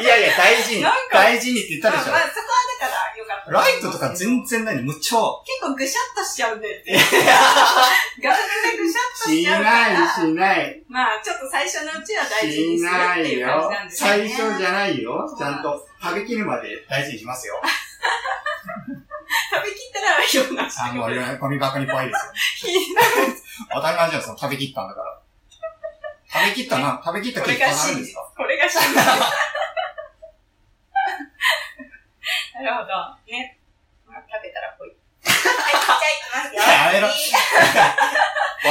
Speaker 1: いやいや、大事に
Speaker 2: なん、か
Speaker 1: 大事にって言った
Speaker 2: な。
Speaker 1: でしょ
Speaker 2: まあ、ま。あそこはだからよかった。
Speaker 1: ライトとか全然何むっちゃ、
Speaker 2: 結構ぐしゃっとしちゃうんでって。ガラガラぐしゃっと
Speaker 1: し
Speaker 2: しちゃうから。
Speaker 1: ない、しない、
Speaker 2: まあ、ちょっと最初のうちは大事に
Speaker 1: し
Speaker 2: するっ
Speaker 1: な
Speaker 2: て
Speaker 1: い
Speaker 2: いう感
Speaker 1: よ
Speaker 2: じなん。ですよ
Speaker 1: 最
Speaker 2: ね。
Speaker 1: 初じゃないよ
Speaker 2: そ。う
Speaker 1: ち
Speaker 2: なん
Speaker 1: ゃんと、食べきるまで大事にします よ。
Speaker 2: 食べきったらような
Speaker 1: あ、もう、 ゴミ箱にぽいですよ。当たり前じゃん、その食べきったんだから。食べきったな、食べきった
Speaker 2: こ
Speaker 1: 結
Speaker 2: れ
Speaker 1: 果
Speaker 2: が
Speaker 1: があるん
Speaker 2: 真
Speaker 1: です
Speaker 2: 実
Speaker 1: か。
Speaker 2: これが真実。なるほど。ね。まあ、食べたらぽい。はい、じゃあ行きますよ。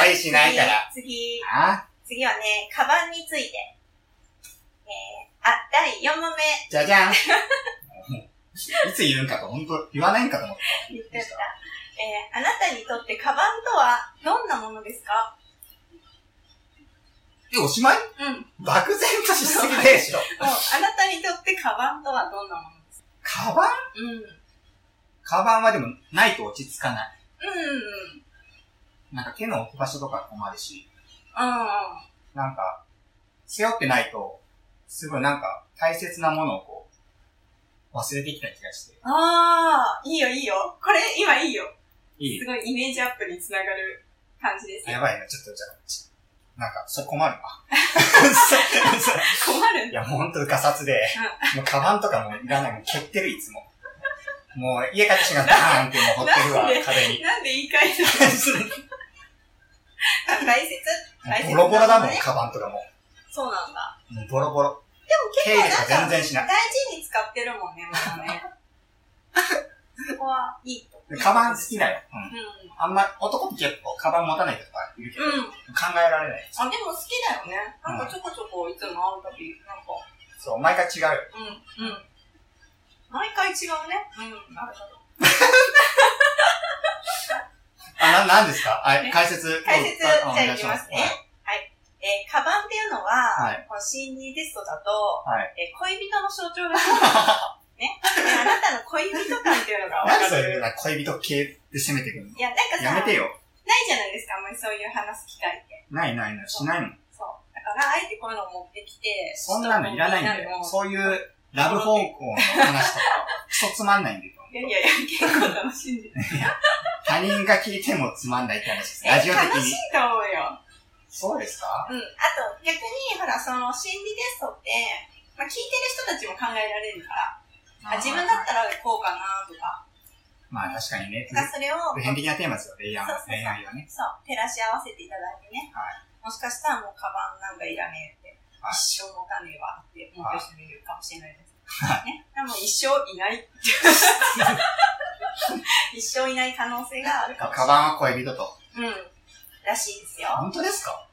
Speaker 1: ぽいし
Speaker 2: 次
Speaker 1: ないから。。
Speaker 2: 次、
Speaker 1: あ
Speaker 2: 次はね、カバンについて。えー、あ、第4問目。
Speaker 1: じゃじゃん。い つ言うんかと、本当言わないんかと思って。
Speaker 2: 言ってた。えー、あなたにとってカバンとはどんなものですか
Speaker 1: え、おしまい
Speaker 2: うん。もう、
Speaker 1: 漠然としすぎでしょ。
Speaker 2: あなたにとってカバンとはどんなものですか
Speaker 1: カバン
Speaker 2: うん。うん
Speaker 1: カバンはでも、ないと落ち着かない。
Speaker 2: うん。
Speaker 1: なんか手の置き場所とか困るし、
Speaker 2: うん。
Speaker 1: なんか、背負ってないと、すごいなんか、大切なものをこう、忘れてきた気がして。
Speaker 2: ああ、いいよいいよ。これ今いいよ。
Speaker 1: いい
Speaker 2: すごいイメージアップにつながる感じです
Speaker 1: や
Speaker 2: よ。
Speaker 1: ばいな、ちょっとじゃあち、なんか、それ困るな。
Speaker 2: 困るん
Speaker 1: い
Speaker 2: だ。
Speaker 1: や、もうほんとガサツで、もうカバンとかもういらない、もう蹴ってる、いつも。もう家帰ってしまったバーンってもう掘ってるわ
Speaker 2: なんで、
Speaker 1: 壁に。
Speaker 2: なんで言い換えたの大切大切
Speaker 1: ボロボロだもん、カバンとかも。
Speaker 2: そうなんだ。
Speaker 1: もうボロボロ。
Speaker 2: でも
Speaker 1: 手入
Speaker 2: 結構
Speaker 1: れ
Speaker 2: な
Speaker 1: が
Speaker 2: んか、
Speaker 1: 全然しない
Speaker 2: 大事に使ってるもんね、まだね。そこはいいと。
Speaker 1: カバン好きだよ。うん。
Speaker 2: う
Speaker 1: あんま、男って結構カバン持たない人とかいるけど、
Speaker 2: ん。うん。
Speaker 1: 考えられない。
Speaker 2: あ、でも好きだよね。なんかちょこちょこいつも会うたび、なんか、
Speaker 1: そう、毎回違うよ。
Speaker 2: うん、うん。毎回違うね。うん、なるほど。
Speaker 1: あ、な、なんですかあ
Speaker 2: ね
Speaker 1: 解説。
Speaker 2: 解説、じ
Speaker 1: うん
Speaker 2: ゃあいきますね。。はい。えーカバンっていうの
Speaker 1: は
Speaker 2: は、
Speaker 1: い
Speaker 2: この心理テストだと、
Speaker 1: は
Speaker 2: えー恋人の象徴が好きね。であなたの恋人感っていうの
Speaker 1: お
Speaker 2: が分
Speaker 1: 願いしますはいなんで
Speaker 2: か
Speaker 1: そういうな
Speaker 2: る。
Speaker 1: 恋人系で攻めてくるの
Speaker 2: いや、なん
Speaker 1: やめ
Speaker 2: かさ、
Speaker 1: てよ。
Speaker 2: ないじゃないですか、あんまりそういう話す機会って。
Speaker 1: ないないない、しないもん。
Speaker 2: そう。だから、あえてこういうのを持ってきて、
Speaker 1: そんなのいらないんだ
Speaker 2: ちょ
Speaker 1: よ。
Speaker 2: っと
Speaker 1: そういうラブ方向の話とか、クソつまんないんだよ。
Speaker 2: みんなのいやいやいや、結構楽し んでる。
Speaker 1: 他人が聞いてもつまんないって話です。
Speaker 2: え
Speaker 1: ラジオ的
Speaker 2: 楽し
Speaker 1: に。
Speaker 2: いと思うよ。
Speaker 1: そうですか
Speaker 2: うん。あと、逆に、ほら、その、心理テストって、まあ、聞いてる人たちも考えられるから、あ自分だったらこうかなとか、
Speaker 1: まあ確かにね。
Speaker 2: だからそれを、
Speaker 1: 普遍的なテーマですよ、恋愛
Speaker 2: そうそうそう
Speaker 1: 恋愛はね。
Speaker 2: そう、照らし合わせていただいてね。
Speaker 1: は
Speaker 2: もしかしたらもうカバンなんかいらねえって、
Speaker 1: はい
Speaker 2: 一生持たねえわって思ってる人もいるかもしれないです。ね。でも一生いない。 一生いない可能性があるかもし
Speaker 1: カバンは恋人と。
Speaker 2: れない。うん。らしいですよ。
Speaker 1: 本当ですか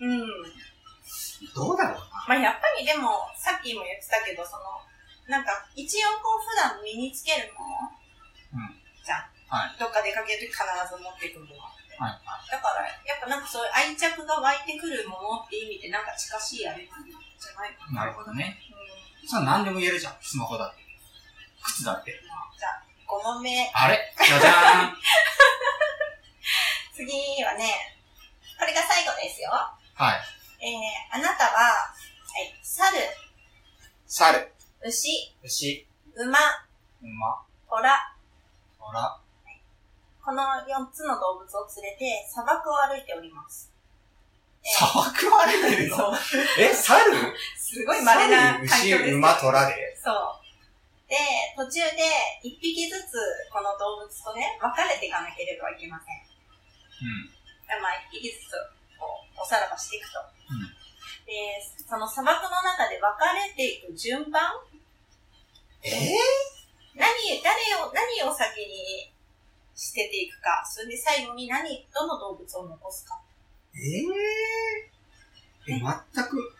Speaker 2: うん。
Speaker 1: どうだろうな。
Speaker 2: まあやっぱりでも、さっきも言ってたけど、その、なんか、一応こう普段身につけるもの、
Speaker 1: うん
Speaker 2: じゃん。
Speaker 1: は
Speaker 2: どっか出かけるとき必ず持ってくるもの。
Speaker 1: はい
Speaker 2: だから、やっぱなんかそういう愛着が湧いてくるものって意味で、なんか近しいあれなんじゃないかな。
Speaker 1: なるほどね。
Speaker 2: うん。
Speaker 1: それは何でも言えるじゃん。スマホだって。靴だって。
Speaker 2: じゃあ、5問目。
Speaker 1: あれじゃじゃ
Speaker 2: 次はね、これが最後ですよ。
Speaker 1: ーん。はい。
Speaker 2: えー、あなたは、はい、猿、
Speaker 1: 猿、
Speaker 2: 牛、
Speaker 1: 牛、
Speaker 2: 馬、
Speaker 1: 馬、
Speaker 2: 虎、
Speaker 1: ほら、
Speaker 2: この4つの動物を連れて砂漠を歩いております。
Speaker 1: 砂漠を歩いてるの
Speaker 2: そう。
Speaker 1: え、猿
Speaker 2: すごい稀な環境です
Speaker 1: 猿牛、
Speaker 2: よ。
Speaker 1: 馬、虎で。
Speaker 2: そう。で、途中で1匹ずつこの動物とね、分かれていかなければいけません。まあ、一匹ずつ、こう、おさらばしていくと。
Speaker 1: ん
Speaker 2: で、その砂漠の中で分かれていく順番
Speaker 1: うん。え
Speaker 2: 何、誰を、何を先に捨てていくか、それで最後に何、どの動物を残すか、
Speaker 1: えー、え、全く、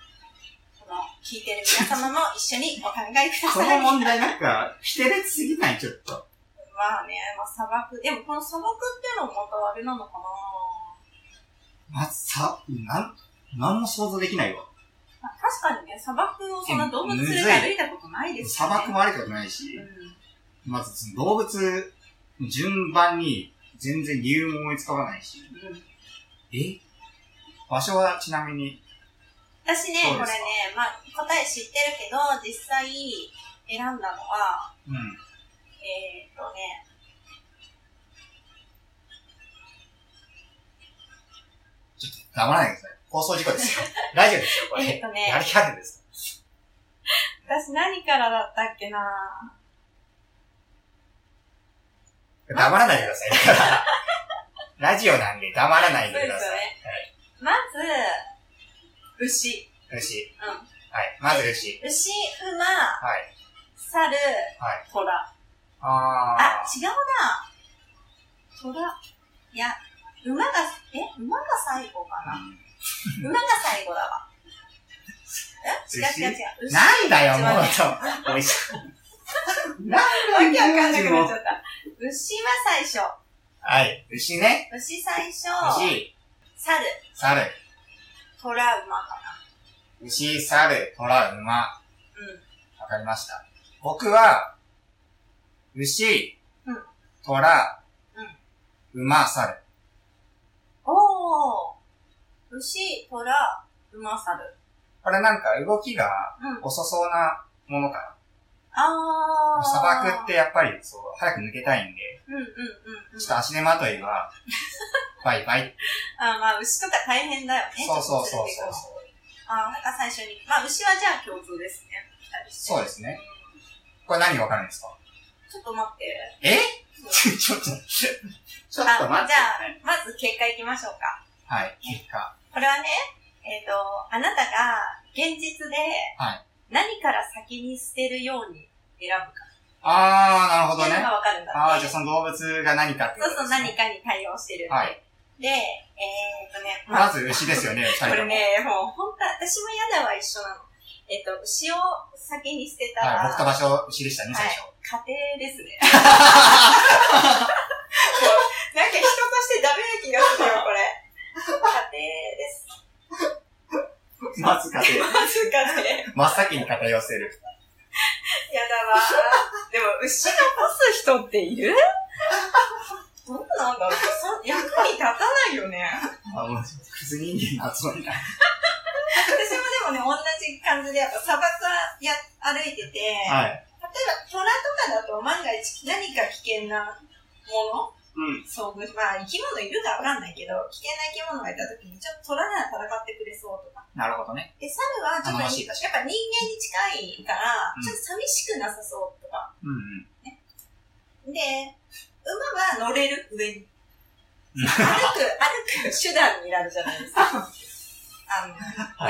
Speaker 2: この、聞いてる皆様も一緒にお考えくだ
Speaker 1: こ
Speaker 2: さ
Speaker 1: の
Speaker 2: い。
Speaker 1: 問題なんか、否定列すぎない、ちょっと。
Speaker 2: まあね、まあ砂漠、でもこの砂漠ってのもまたあれなのかな
Speaker 1: ま、さ、なん、なんも想像できないわ。
Speaker 2: まあ確かにね、砂漠をそんな動物連れて歩いたことないです
Speaker 1: 砂
Speaker 2: よね。
Speaker 1: 漠もあることないし、まずその動物、順番に全然理由も思いつかないし。
Speaker 2: うん。うん
Speaker 1: え場所はちなみに、
Speaker 2: 私ね、
Speaker 1: そう
Speaker 2: こ
Speaker 1: です
Speaker 2: れ
Speaker 1: か
Speaker 2: ね、まあ、答え知ってるけど、実際選んだのは、
Speaker 1: うん。
Speaker 2: えー、っとね、
Speaker 1: ちょっと黙らないでください。放送事故 ですよ。ラジオですよ、これ。
Speaker 2: えっとね
Speaker 1: やりきられです。
Speaker 2: 私何からだったっけな
Speaker 1: 黙らないでください。だから、ラジオなんで黙らないで
Speaker 2: そう
Speaker 1: く
Speaker 2: で
Speaker 1: だ
Speaker 2: すよ
Speaker 1: さい。
Speaker 2: ね。まず、牛。
Speaker 1: 牛。
Speaker 2: うん
Speaker 1: はい。まず牛。
Speaker 2: 牛、馬、
Speaker 1: はい。
Speaker 2: 猿、
Speaker 1: はい。
Speaker 2: 虎。
Speaker 1: あ
Speaker 2: あ、違うな。虎。いや、馬が、え、馬が最後か な。
Speaker 1: ー。
Speaker 2: 馬が最後だわ。え違う違う違う。牛。
Speaker 1: なんだよ、もう
Speaker 2: 一
Speaker 1: と。おいしい。なんだ
Speaker 2: 番
Speaker 1: よ、
Speaker 2: ねわけわかんなくなっち
Speaker 1: も
Speaker 2: ゃった。牛は最初。
Speaker 1: はい。牛ね。
Speaker 2: 牛最初。
Speaker 1: 牛、
Speaker 2: 猿、
Speaker 1: 猿。
Speaker 2: 虎、馬かな。
Speaker 1: 牛、猿、虎、馬。わ
Speaker 2: うん。
Speaker 1: かりました。僕は、牛
Speaker 2: うん、
Speaker 1: 虎、馬、猿。
Speaker 2: おー。牛、虎、馬、猿。
Speaker 1: これなんか動きが
Speaker 2: うん。
Speaker 1: 遅そうなものか
Speaker 2: あ
Speaker 1: な。
Speaker 2: ー。
Speaker 1: 砂漠ってやっぱりそう、早く抜けたいんで、
Speaker 2: うんうんうんうん。
Speaker 1: ちょっと足手まとい は、バイバイ。
Speaker 2: あまあ、牛とか大変だよね。
Speaker 1: そうそうそう
Speaker 2: ち
Speaker 1: そ
Speaker 2: ょ
Speaker 1: う
Speaker 2: っと連れていくの。あなんか最初に。まあ、牛はじゃあ共通ですね。
Speaker 1: そう
Speaker 2: で
Speaker 1: ですね。これ何がわかるんですか
Speaker 2: す。ちょっと待って。
Speaker 1: え ちょっと、ちょっと待
Speaker 2: あ
Speaker 1: っ
Speaker 2: じ
Speaker 1: て。
Speaker 2: ゃあ、まず結果いきましょうか。
Speaker 1: はい、結果。
Speaker 2: これはね、えっ、と、あなたが現実で
Speaker 1: はい、
Speaker 2: 何から先に捨てるように選ぶか。
Speaker 1: あー、な
Speaker 2: って
Speaker 1: るほど
Speaker 2: いうの
Speaker 1: ね。
Speaker 2: がわかるんだ
Speaker 1: あー、
Speaker 2: って。
Speaker 1: じゃあその動物が何かってこと
Speaker 2: そう
Speaker 1: です
Speaker 2: そう、
Speaker 1: ね
Speaker 2: 何かに対応してるんで。
Speaker 1: はい
Speaker 2: で、えっ、とね、まあ
Speaker 1: まず牛です よね、二人
Speaker 2: ことれ
Speaker 1: も。
Speaker 2: ね、もう本当私も嫌だわ、一緒なの。えっ、と、牛を先に捨てた
Speaker 1: はい、
Speaker 2: ら、
Speaker 1: 僕と場所、牛でしたね、
Speaker 2: は
Speaker 1: 最
Speaker 2: い
Speaker 1: 初。
Speaker 2: 家庭です ね。なんか人としてダメな気がするよ、これ。家庭です。
Speaker 1: まず家庭。
Speaker 2: まず家庭。
Speaker 1: 真っ先に偏せる。
Speaker 2: やだわ。でも、牛残す人っているどうなんだろうそ役に立たないよね。
Speaker 1: あ、もう、クズ人間の集まりだ。
Speaker 2: 私もでもね、同じ感じで、やっぱ砂漠や歩いてて、
Speaker 1: はい。
Speaker 2: 例えば虎とかだと万が一何か危険なもの
Speaker 1: うん。
Speaker 2: 遭遇まあ生き物いるかわかんないけど、危険な生き物がいた時に、ちょっと虎なら戦ってくれそうとか。
Speaker 1: なるほどね。
Speaker 2: で、猿はちょっと
Speaker 1: 頼もしい
Speaker 2: にやっぱ人間に近いから、
Speaker 1: うん
Speaker 2: ちょっと寂しくなさそうとか。
Speaker 1: うんうん。
Speaker 2: で、馬は乗れる上に。
Speaker 1: うん
Speaker 2: 歩く、歩く手段になるじゃない ですか。あの、や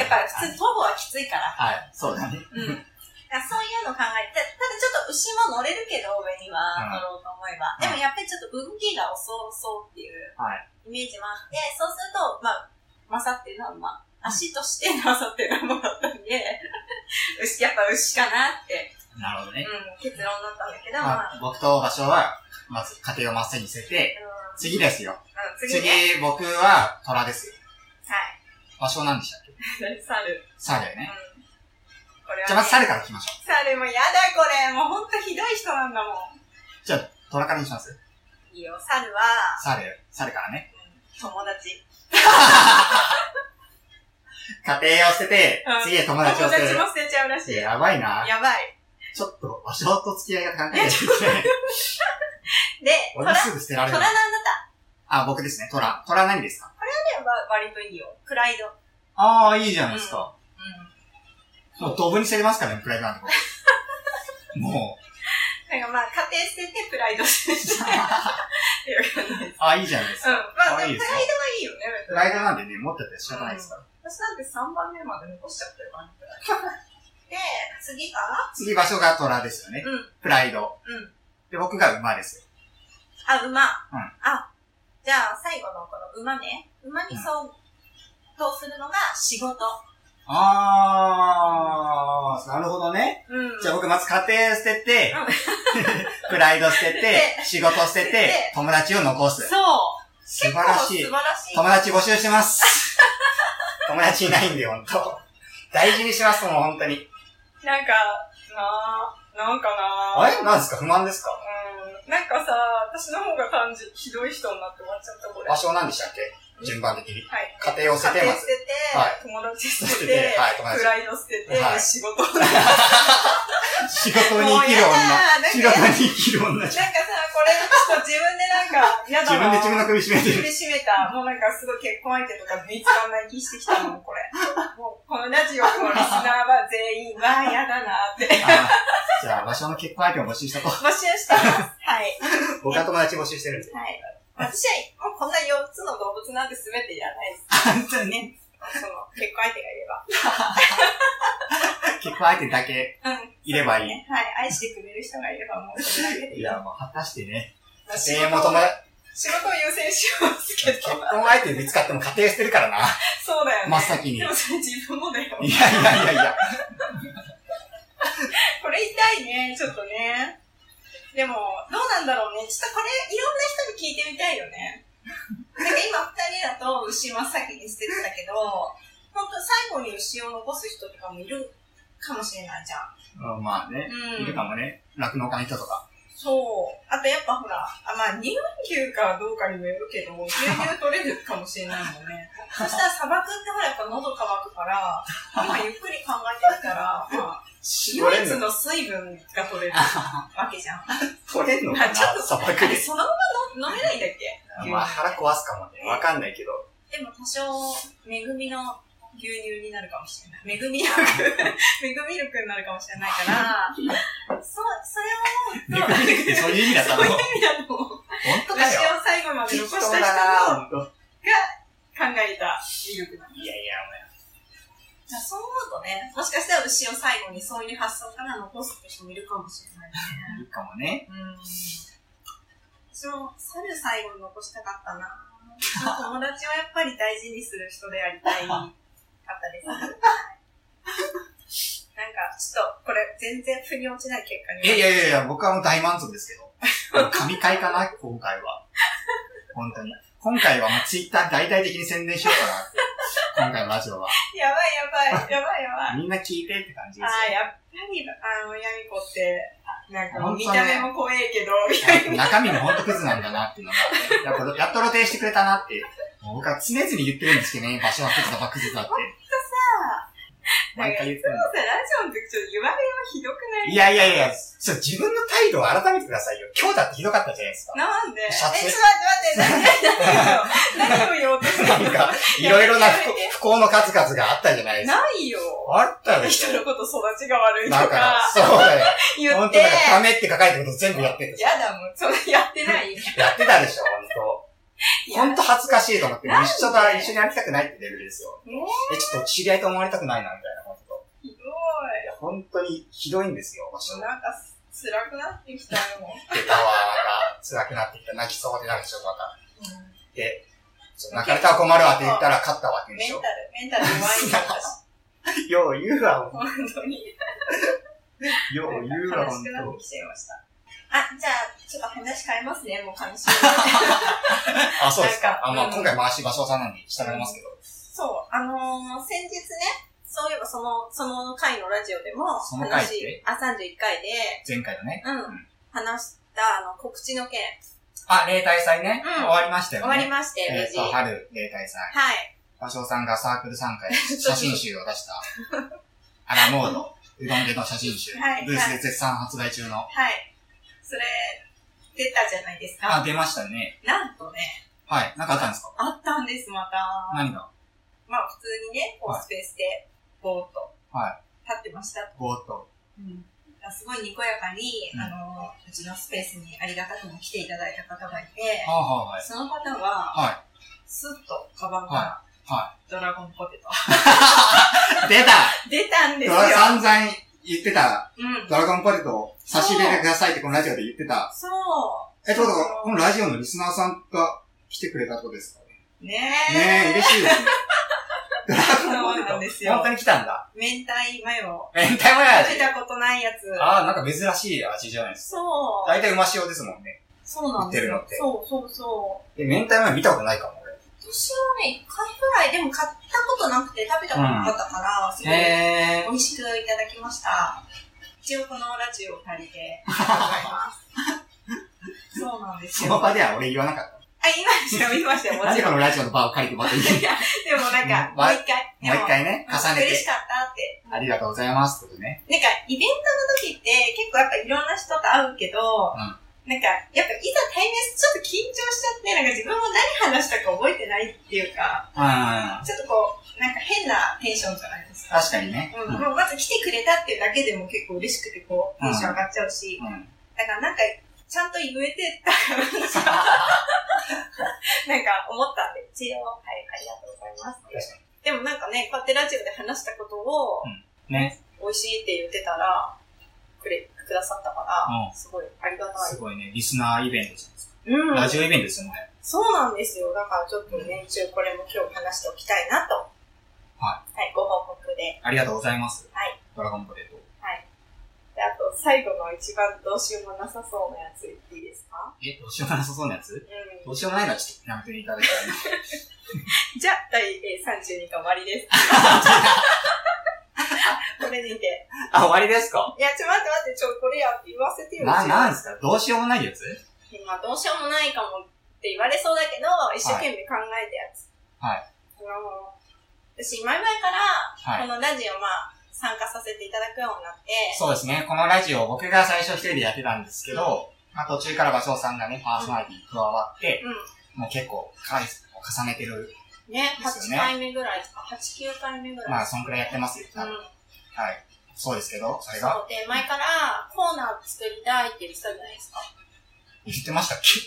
Speaker 2: っぱ普通、徒歩はきついから。
Speaker 1: はい、そうだね。
Speaker 2: うん。あそういうの考えて、たただちょっと牛も乗れるけど、上には
Speaker 1: うん
Speaker 2: 乗ろうと思えば。
Speaker 1: うん
Speaker 2: でもやっぱりちょっと動きが遅そうっていう
Speaker 1: はい
Speaker 2: イメージもあって、そうすると、まあ、勝ってるのは、まあ、足として勝ってるものだったんで、 牛、やっぱ牛かなって、
Speaker 1: なるほど
Speaker 2: う
Speaker 1: ね。
Speaker 2: ん、結論だったんだけど、ま
Speaker 1: ま
Speaker 2: あ、
Speaker 1: あ、僕と場所は、まず家庭を真っ先に捨てて、
Speaker 2: うん、
Speaker 1: 次ですよ。
Speaker 2: うん次
Speaker 1: 次
Speaker 2: ね。、
Speaker 1: 僕は虎ですよ。
Speaker 2: はい。
Speaker 1: 場所なんでしたっけ
Speaker 2: 猿。
Speaker 1: 猿だよ
Speaker 2: うん
Speaker 1: ね。。
Speaker 2: これは、ね、
Speaker 1: じゃあまず猿から聞きましょ
Speaker 2: 猿もやだこれ。もうほんとひどい人なんだもん。
Speaker 1: う。虎からにします
Speaker 2: いいよ、猿は、
Speaker 1: 猿、猿から ね。
Speaker 2: うん友達。
Speaker 1: 家庭を捨てて
Speaker 2: う、ん
Speaker 1: 次へ友達
Speaker 2: 友
Speaker 1: を捨て
Speaker 2: 達
Speaker 1: る
Speaker 2: も。捨てちゃうらしい。
Speaker 1: やばいな。
Speaker 2: やばい。
Speaker 1: ちょっと場所と付き合いが関係ないですね。
Speaker 2: で、トラ、
Speaker 1: 俺
Speaker 2: ト
Speaker 1: すぐ捨てられ
Speaker 2: ラ
Speaker 1: る
Speaker 2: なん。だった
Speaker 1: あ、僕ですね。虎。虎何ですか
Speaker 2: らは割といいよ。プライド。う
Speaker 1: ああ、いいじゃないですか。
Speaker 2: ん。
Speaker 1: もうドブに捨てますからね、プライドなんてこと。 も
Speaker 2: なんかまあ、家庭捨ててプライド捨てちゃうっていう感じです。
Speaker 1: う、 あいいじゃないです
Speaker 2: うん。
Speaker 1: か。
Speaker 2: まあ、
Speaker 1: あ
Speaker 2: で
Speaker 1: い
Speaker 2: も
Speaker 1: い
Speaker 2: プ
Speaker 1: です
Speaker 2: ライドはいいよね、
Speaker 1: プライドなんてね、持ってて仕方ないですから。
Speaker 2: 私なんて3番目まで残しちゃってる感じ。 で、次が
Speaker 1: 次場所が虎ですよね。
Speaker 2: うん
Speaker 1: プライド。
Speaker 2: うん
Speaker 1: で、僕が馬ですよ。
Speaker 2: あ、馬。あ、じゃあ最後のこの馬ね。馬に相当するのが仕事。
Speaker 1: あー、なるほどね。
Speaker 2: うん
Speaker 1: じゃあ僕まず家庭捨てて
Speaker 2: うん、
Speaker 1: プライド捨てて、仕事捨て
Speaker 2: 捨て
Speaker 1: て
Speaker 2: て、
Speaker 1: 友達を残す。
Speaker 2: そう。
Speaker 1: 素晴らしい
Speaker 2: 結構素。晴らしい。
Speaker 1: 友達募集してます。 友達いないんで、ほんと。大事にしますもん、ほんとに。
Speaker 2: なんか、なぁ、なんかなぁ。
Speaker 1: あれなんですか不満ですか
Speaker 2: うんなんかさ、私の方が単純、ひどい人になって終わっちゃった、これ。
Speaker 1: 場所なんでしたっけ順番的に。
Speaker 2: はい。
Speaker 1: 家庭を捨てて
Speaker 2: 家庭
Speaker 1: ま
Speaker 2: 捨
Speaker 1: す。
Speaker 2: てて、
Speaker 1: はい
Speaker 2: 友達捨
Speaker 1: 捨て
Speaker 2: て
Speaker 1: て、
Speaker 2: て、
Speaker 1: はい、友
Speaker 2: プ
Speaker 1: 達。
Speaker 2: ライド捨てて、
Speaker 1: はい
Speaker 2: 仕事を捨てて。
Speaker 1: 仕事に生きる
Speaker 2: もうやだなん
Speaker 1: 女。
Speaker 2: か
Speaker 1: 仕事に生きる女
Speaker 2: なんか。さ、これ、ちょっと自分でなんか、嫌だ
Speaker 1: 自分
Speaker 2: な
Speaker 1: で自分の首絞めて
Speaker 2: 首
Speaker 1: る。
Speaker 2: 絞めた。もうなんかすごい結婚相手とか見つかんない気してきたもん、これ。もう、このラジオのリスナーは全員、わあ、嫌だなって。
Speaker 1: あじゃあ、場所の結婚相手を募集したと。
Speaker 2: 募集してます。はい。
Speaker 1: 僕は友達募集してるんで。
Speaker 2: はい。私は、もうこんな4つの動物なんて全てじゃないです。
Speaker 1: 本当にね。
Speaker 2: その、結婚相手がいれば。
Speaker 1: 結婚相手だけ
Speaker 2: うん
Speaker 1: いればいい。
Speaker 2: はい、愛してくれる人がいればもうそれだけでい
Speaker 1: い
Speaker 2: い。
Speaker 1: や、もう果たしてね。
Speaker 2: まあ仕
Speaker 1: 家
Speaker 2: 事
Speaker 1: 庭も友達、
Speaker 2: 仕事を優先しますけ
Speaker 1: 結
Speaker 2: ど、
Speaker 1: 婚相手見つかっても家庭捨てるからな。
Speaker 2: そうだよね。
Speaker 1: 真っ先に
Speaker 2: でもそれ自分もだよ。これ
Speaker 1: いやいやいやいや。
Speaker 2: 痛いね、ちょっとね。でも、どうなんだろうね。ちょっとこれ、いろんな人に聞いてみたいよね。なんか今二人だと牛真っ先に捨ててたけど、本当最後に牛を残す人とかもいるかもしれないじゃん。
Speaker 1: うんまあね。
Speaker 2: う
Speaker 1: いるかもね。酪農家の人とか。
Speaker 2: そう。あとやっぱほら、あまあ、乳牛かどうかにもよるけど、牛乳取れるかもしれないもんね。そしたら砂漠ってほらやっぱ喉乾くから、まあゆっくり考えてみたら、まあ、
Speaker 1: 絞
Speaker 2: 唯一の水分が取れるわけじゃん。
Speaker 1: 取れんのかな
Speaker 2: ちょっと
Speaker 1: 砂漠
Speaker 2: あれ
Speaker 1: で。
Speaker 2: そのまま飲飲めないんだっけ
Speaker 1: まあ腹壊すかもね。わかんないけど。
Speaker 2: でも多少、恵みの牛乳になるかもしれない。恵み力、 恵み力になるかもしれないから、そう、そ
Speaker 1: め
Speaker 2: れ
Speaker 1: く
Speaker 2: を思う
Speaker 1: め
Speaker 2: と、
Speaker 1: てくってそういう意味だった
Speaker 2: そう
Speaker 1: の
Speaker 2: いう
Speaker 1: 本
Speaker 2: 意味だと思う。
Speaker 1: 当
Speaker 2: 私
Speaker 1: だよ。
Speaker 2: を最後まで残した
Speaker 1: 適
Speaker 2: 人
Speaker 1: 当
Speaker 2: の
Speaker 1: だな本
Speaker 2: 考えた魅力だ。
Speaker 1: 当いやいや、
Speaker 2: じゃあそう思うとね、もしかしたら牛を最後にそういう発想から残すって人もいるかもしれない。
Speaker 1: お前いるかもね。
Speaker 2: うん。私も猿最後に残したかったな。 友達はやっぱり大事にする人でありたいかっ たです。はいなんか、ちょっと、これ、全然腑に落ちない結果に。
Speaker 1: いやいやいやいや、僕はもう大満足ですけど。もう神回かな、今回は。本当に。今回はもうツイッター大々的に宣伝しようかな。今回のラジオは。
Speaker 2: やばいや ばい、やばいやばい。
Speaker 1: みんな聞いてって感じで
Speaker 2: あ
Speaker 1: す
Speaker 2: あ、やっぱり、あの、ヤミコって、なんか、
Speaker 1: 本当
Speaker 2: 見
Speaker 1: ね
Speaker 2: た目も怖えけど、みたい
Speaker 1: よ。中身も本当クズなんだなっていうのが、やっぱやっと露呈してくれたなって。もう僕は常々言ってるんですけどね、場所はクズだ、クズだって。
Speaker 2: な。なん
Speaker 1: 毎
Speaker 2: か、
Speaker 1: 回
Speaker 2: い
Speaker 1: 言っ
Speaker 2: つ
Speaker 1: てる
Speaker 2: もさ、ラジオの時、ちょっと言われはひどくない
Speaker 1: いやいやいや、そう、自分の態度を改めてくださいよ。今日だってひどかったじゃないですか。
Speaker 2: なんでえ、ち
Speaker 1: シ
Speaker 2: ょ
Speaker 1: ャ
Speaker 2: っと
Speaker 1: ツ
Speaker 2: 待って、待って、何、何、何を言おうとして
Speaker 1: なん
Speaker 2: る
Speaker 1: か、いろいろな不幸不幸の数々があったじゃないですか。
Speaker 2: ないよ。
Speaker 1: あったでし
Speaker 2: 人
Speaker 1: ょ。
Speaker 2: のこと育ちが悪いと
Speaker 1: だから
Speaker 2: か、、
Speaker 1: そうだよ。
Speaker 2: 言
Speaker 1: 本
Speaker 2: っ
Speaker 1: 当
Speaker 2: て
Speaker 1: だ、から、ダメって書かれてること全部やってる。
Speaker 2: やだもん、それやってない。
Speaker 1: やってたでしょ、本当本当恥ずかしいと思って、
Speaker 2: なん
Speaker 1: 一
Speaker 2: で
Speaker 1: 緒だ、一緒にやりたくないってレベルですよ。
Speaker 2: ね
Speaker 1: え、ちょっと知り合いと思われたくないな、みたいなこと。
Speaker 2: ひどい。
Speaker 1: いや、本当にひどいんですよ、場所。
Speaker 4: なんかす、辛くなってきたよ。
Speaker 1: 出たわ、また、辛くなってきた、泣きそうになるでしょ、また。
Speaker 4: う
Speaker 1: で、そう泣かれたら困るわって言ったら勝ったわけ
Speaker 4: ん、メ
Speaker 1: で
Speaker 4: ン
Speaker 1: し
Speaker 4: タル
Speaker 1: ょ。、
Speaker 4: メンタル弱いんだ私。
Speaker 1: よう言うわ、
Speaker 4: 本当 に。
Speaker 1: よう言うわ、
Speaker 4: 悲し
Speaker 1: 本
Speaker 4: くなって
Speaker 1: 当。
Speaker 4: きちゃいました。あ、じゃあ、ちょっと話変えますね、もう悲しい。
Speaker 1: あ、そうです
Speaker 4: なん
Speaker 1: か。
Speaker 4: か
Speaker 1: あ、ま
Speaker 4: う
Speaker 1: あ
Speaker 4: ん
Speaker 1: 今回回し場所さんなんで従いますけど。
Speaker 4: そう、あのー先日ね、
Speaker 2: そういえばその、その回のラジオでも、
Speaker 1: その回って
Speaker 2: 話あ、31回で、
Speaker 1: 前回のね。
Speaker 2: うん、話した、あの、告知の件、
Speaker 1: あ、例大祭ね。
Speaker 2: うん
Speaker 1: 終わりましたよ
Speaker 2: 終
Speaker 1: ね。
Speaker 2: わりまして、
Speaker 1: え
Speaker 2: 無
Speaker 1: っ
Speaker 2: 事。
Speaker 1: と、
Speaker 2: はい。
Speaker 1: 春、例大祭。芭蕉さんがサークル参 加で写真集を出した、アラモード、うどんでの写真集、
Speaker 4: はい
Speaker 1: ブースで絶賛発売中の。
Speaker 4: はい。それ、出たじゃないです
Speaker 1: あ、
Speaker 4: か。
Speaker 1: 出ましたね。
Speaker 4: なんとね、
Speaker 1: はい。なんかあったんですか
Speaker 4: あったんです、また。
Speaker 1: 何が
Speaker 4: まあ、普通にね、こ
Speaker 1: は
Speaker 4: う、スペースで、ぼーっと、
Speaker 1: は
Speaker 4: 立ってましたと。
Speaker 1: ぼーっと。
Speaker 4: うん。すごいにこやかに、
Speaker 1: うん
Speaker 4: あの、うちのスペースにありがたくも来ていただいた方がいて、
Speaker 1: はあ、はあ、はい。
Speaker 4: その方は、
Speaker 1: は
Speaker 4: スッとカバンから、
Speaker 1: い。は
Speaker 4: ドラゴンポテト。
Speaker 1: い。出た
Speaker 4: 出たんです
Speaker 1: ド
Speaker 4: よ。
Speaker 1: ラ散々言ってた、
Speaker 4: うん。
Speaker 1: ドラゴンポテトを差し入れてくださいってこのラジオで言ってた。
Speaker 4: そ
Speaker 1: え、ってことは、このラジオのリスナーさんが来てくれたってことですかね
Speaker 4: う。ねえ。
Speaker 1: え、嬉しいですね。
Speaker 4: そうな
Speaker 1: ドラゴンポ
Speaker 4: ん
Speaker 1: テ
Speaker 4: です
Speaker 1: ト。
Speaker 4: よ
Speaker 1: 本当に来たんだ。
Speaker 4: 明太マヨ。
Speaker 1: 明太もや
Speaker 4: 食べたことないやつ。
Speaker 1: ああ、なんか珍しい味じゃないですか。
Speaker 4: そう。
Speaker 1: 大体うま塩ですもんね。
Speaker 4: そうなんです
Speaker 1: 売っ
Speaker 4: よ
Speaker 1: て。る
Speaker 4: そうそうそう。
Speaker 1: え、明太マヨ見たことないかも、俺。
Speaker 4: 私はね、一回ぐらい、でも買ったことなくて食べたことなかったから、すごい
Speaker 1: へ
Speaker 4: 美味しくいただきました。一応このラジオを借り て、いただきます。そうなんです
Speaker 1: そ
Speaker 4: よ。
Speaker 1: の
Speaker 4: あ、
Speaker 1: 場では俺言わなかっ
Speaker 4: 言いましたよ、言いました
Speaker 1: た。
Speaker 4: よ、も
Speaker 1: な
Speaker 4: ち
Speaker 1: ぜ
Speaker 4: ろ
Speaker 1: このラジオの場を借りてまた言
Speaker 4: ん。いや、でもなんか、
Speaker 1: うん
Speaker 4: もう一回。で
Speaker 1: う。
Speaker 4: も
Speaker 1: もう一回ね、重ね、
Speaker 4: 嬉してかったって。
Speaker 1: ありがとうございますってことね。
Speaker 4: なんか、イベントの時って、結構やっぱいろんな人と会うけど、
Speaker 1: うん
Speaker 4: なんか、やっぱいざ対面してちょっと緊張しちゃって、なんか自分も何話したか覚えてないっていうか、
Speaker 1: うん。
Speaker 4: ちょっとこう、なんか変なテンションじゃないですか。
Speaker 1: 確かにね。
Speaker 4: うん、もうまず来てくれたっていうだけでも結構嬉しくてこう、テンション上がっちゃうし、
Speaker 1: うん。うん。
Speaker 4: だからなんか、ちゃんと言えてたから、なんか思ったんで、一応、はい、ありがとうございますって。
Speaker 2: でもなんかね、こうやってラジオで話したことを、
Speaker 1: うんね
Speaker 2: 美味しいって言ってたら、くれ、くださったから、すごいありがたい
Speaker 1: す。ごいね、リスナーイベントじゃないですか。
Speaker 2: うん。
Speaker 1: ラジオイベントですよね。
Speaker 2: そうなんですよ。だからちょっとね、一応これも今日話しておきたいなと。。
Speaker 1: はい
Speaker 2: ご報告で。
Speaker 1: ありがとうございます。
Speaker 2: はい。
Speaker 1: ドラゴンポテト。
Speaker 2: で、あと、最後の一番どうしようもなさそうなやつ言っていいですか
Speaker 1: え、どうしようもなさそうなやつ
Speaker 2: う
Speaker 1: どうしようもないのはちょっとやめていただきたいな。
Speaker 2: ん。じゃあ、第えー32回終わ りです。 これにて。
Speaker 1: あ、終わりですか
Speaker 2: いや、ちょ、待って待って、ちょ、これやって言わせてよ。
Speaker 1: な、なん
Speaker 2: う
Speaker 1: ですかどうしようもないやつ
Speaker 2: ち今、どうしようもないかもって言われそうだけど、一生懸命考えたやつ。
Speaker 1: はい。
Speaker 2: あの私、前々から、
Speaker 1: は
Speaker 2: こ
Speaker 1: い。
Speaker 2: のラジオ、まあ、参加させていただくようになって、
Speaker 1: そうですね。このラジオ、僕が最初一人でやってたんですけど、まあ、途中から場所さんがね、パーソナリティに加わって、
Speaker 2: うん。
Speaker 1: もう結構回数を重ねてる。
Speaker 2: ね、
Speaker 1: ですよ
Speaker 2: 8
Speaker 1: ね
Speaker 2: 回目ぐらいですか、8、9回目ぐらい。
Speaker 1: まあ、そんくらいやってますよ。多
Speaker 2: う
Speaker 1: 分
Speaker 2: ん。
Speaker 1: はい。そうですけど、それ
Speaker 2: そ
Speaker 1: が、
Speaker 2: うで、前からコーナー作りたいって言ってたじゃないですか。
Speaker 1: 言ってましたっけ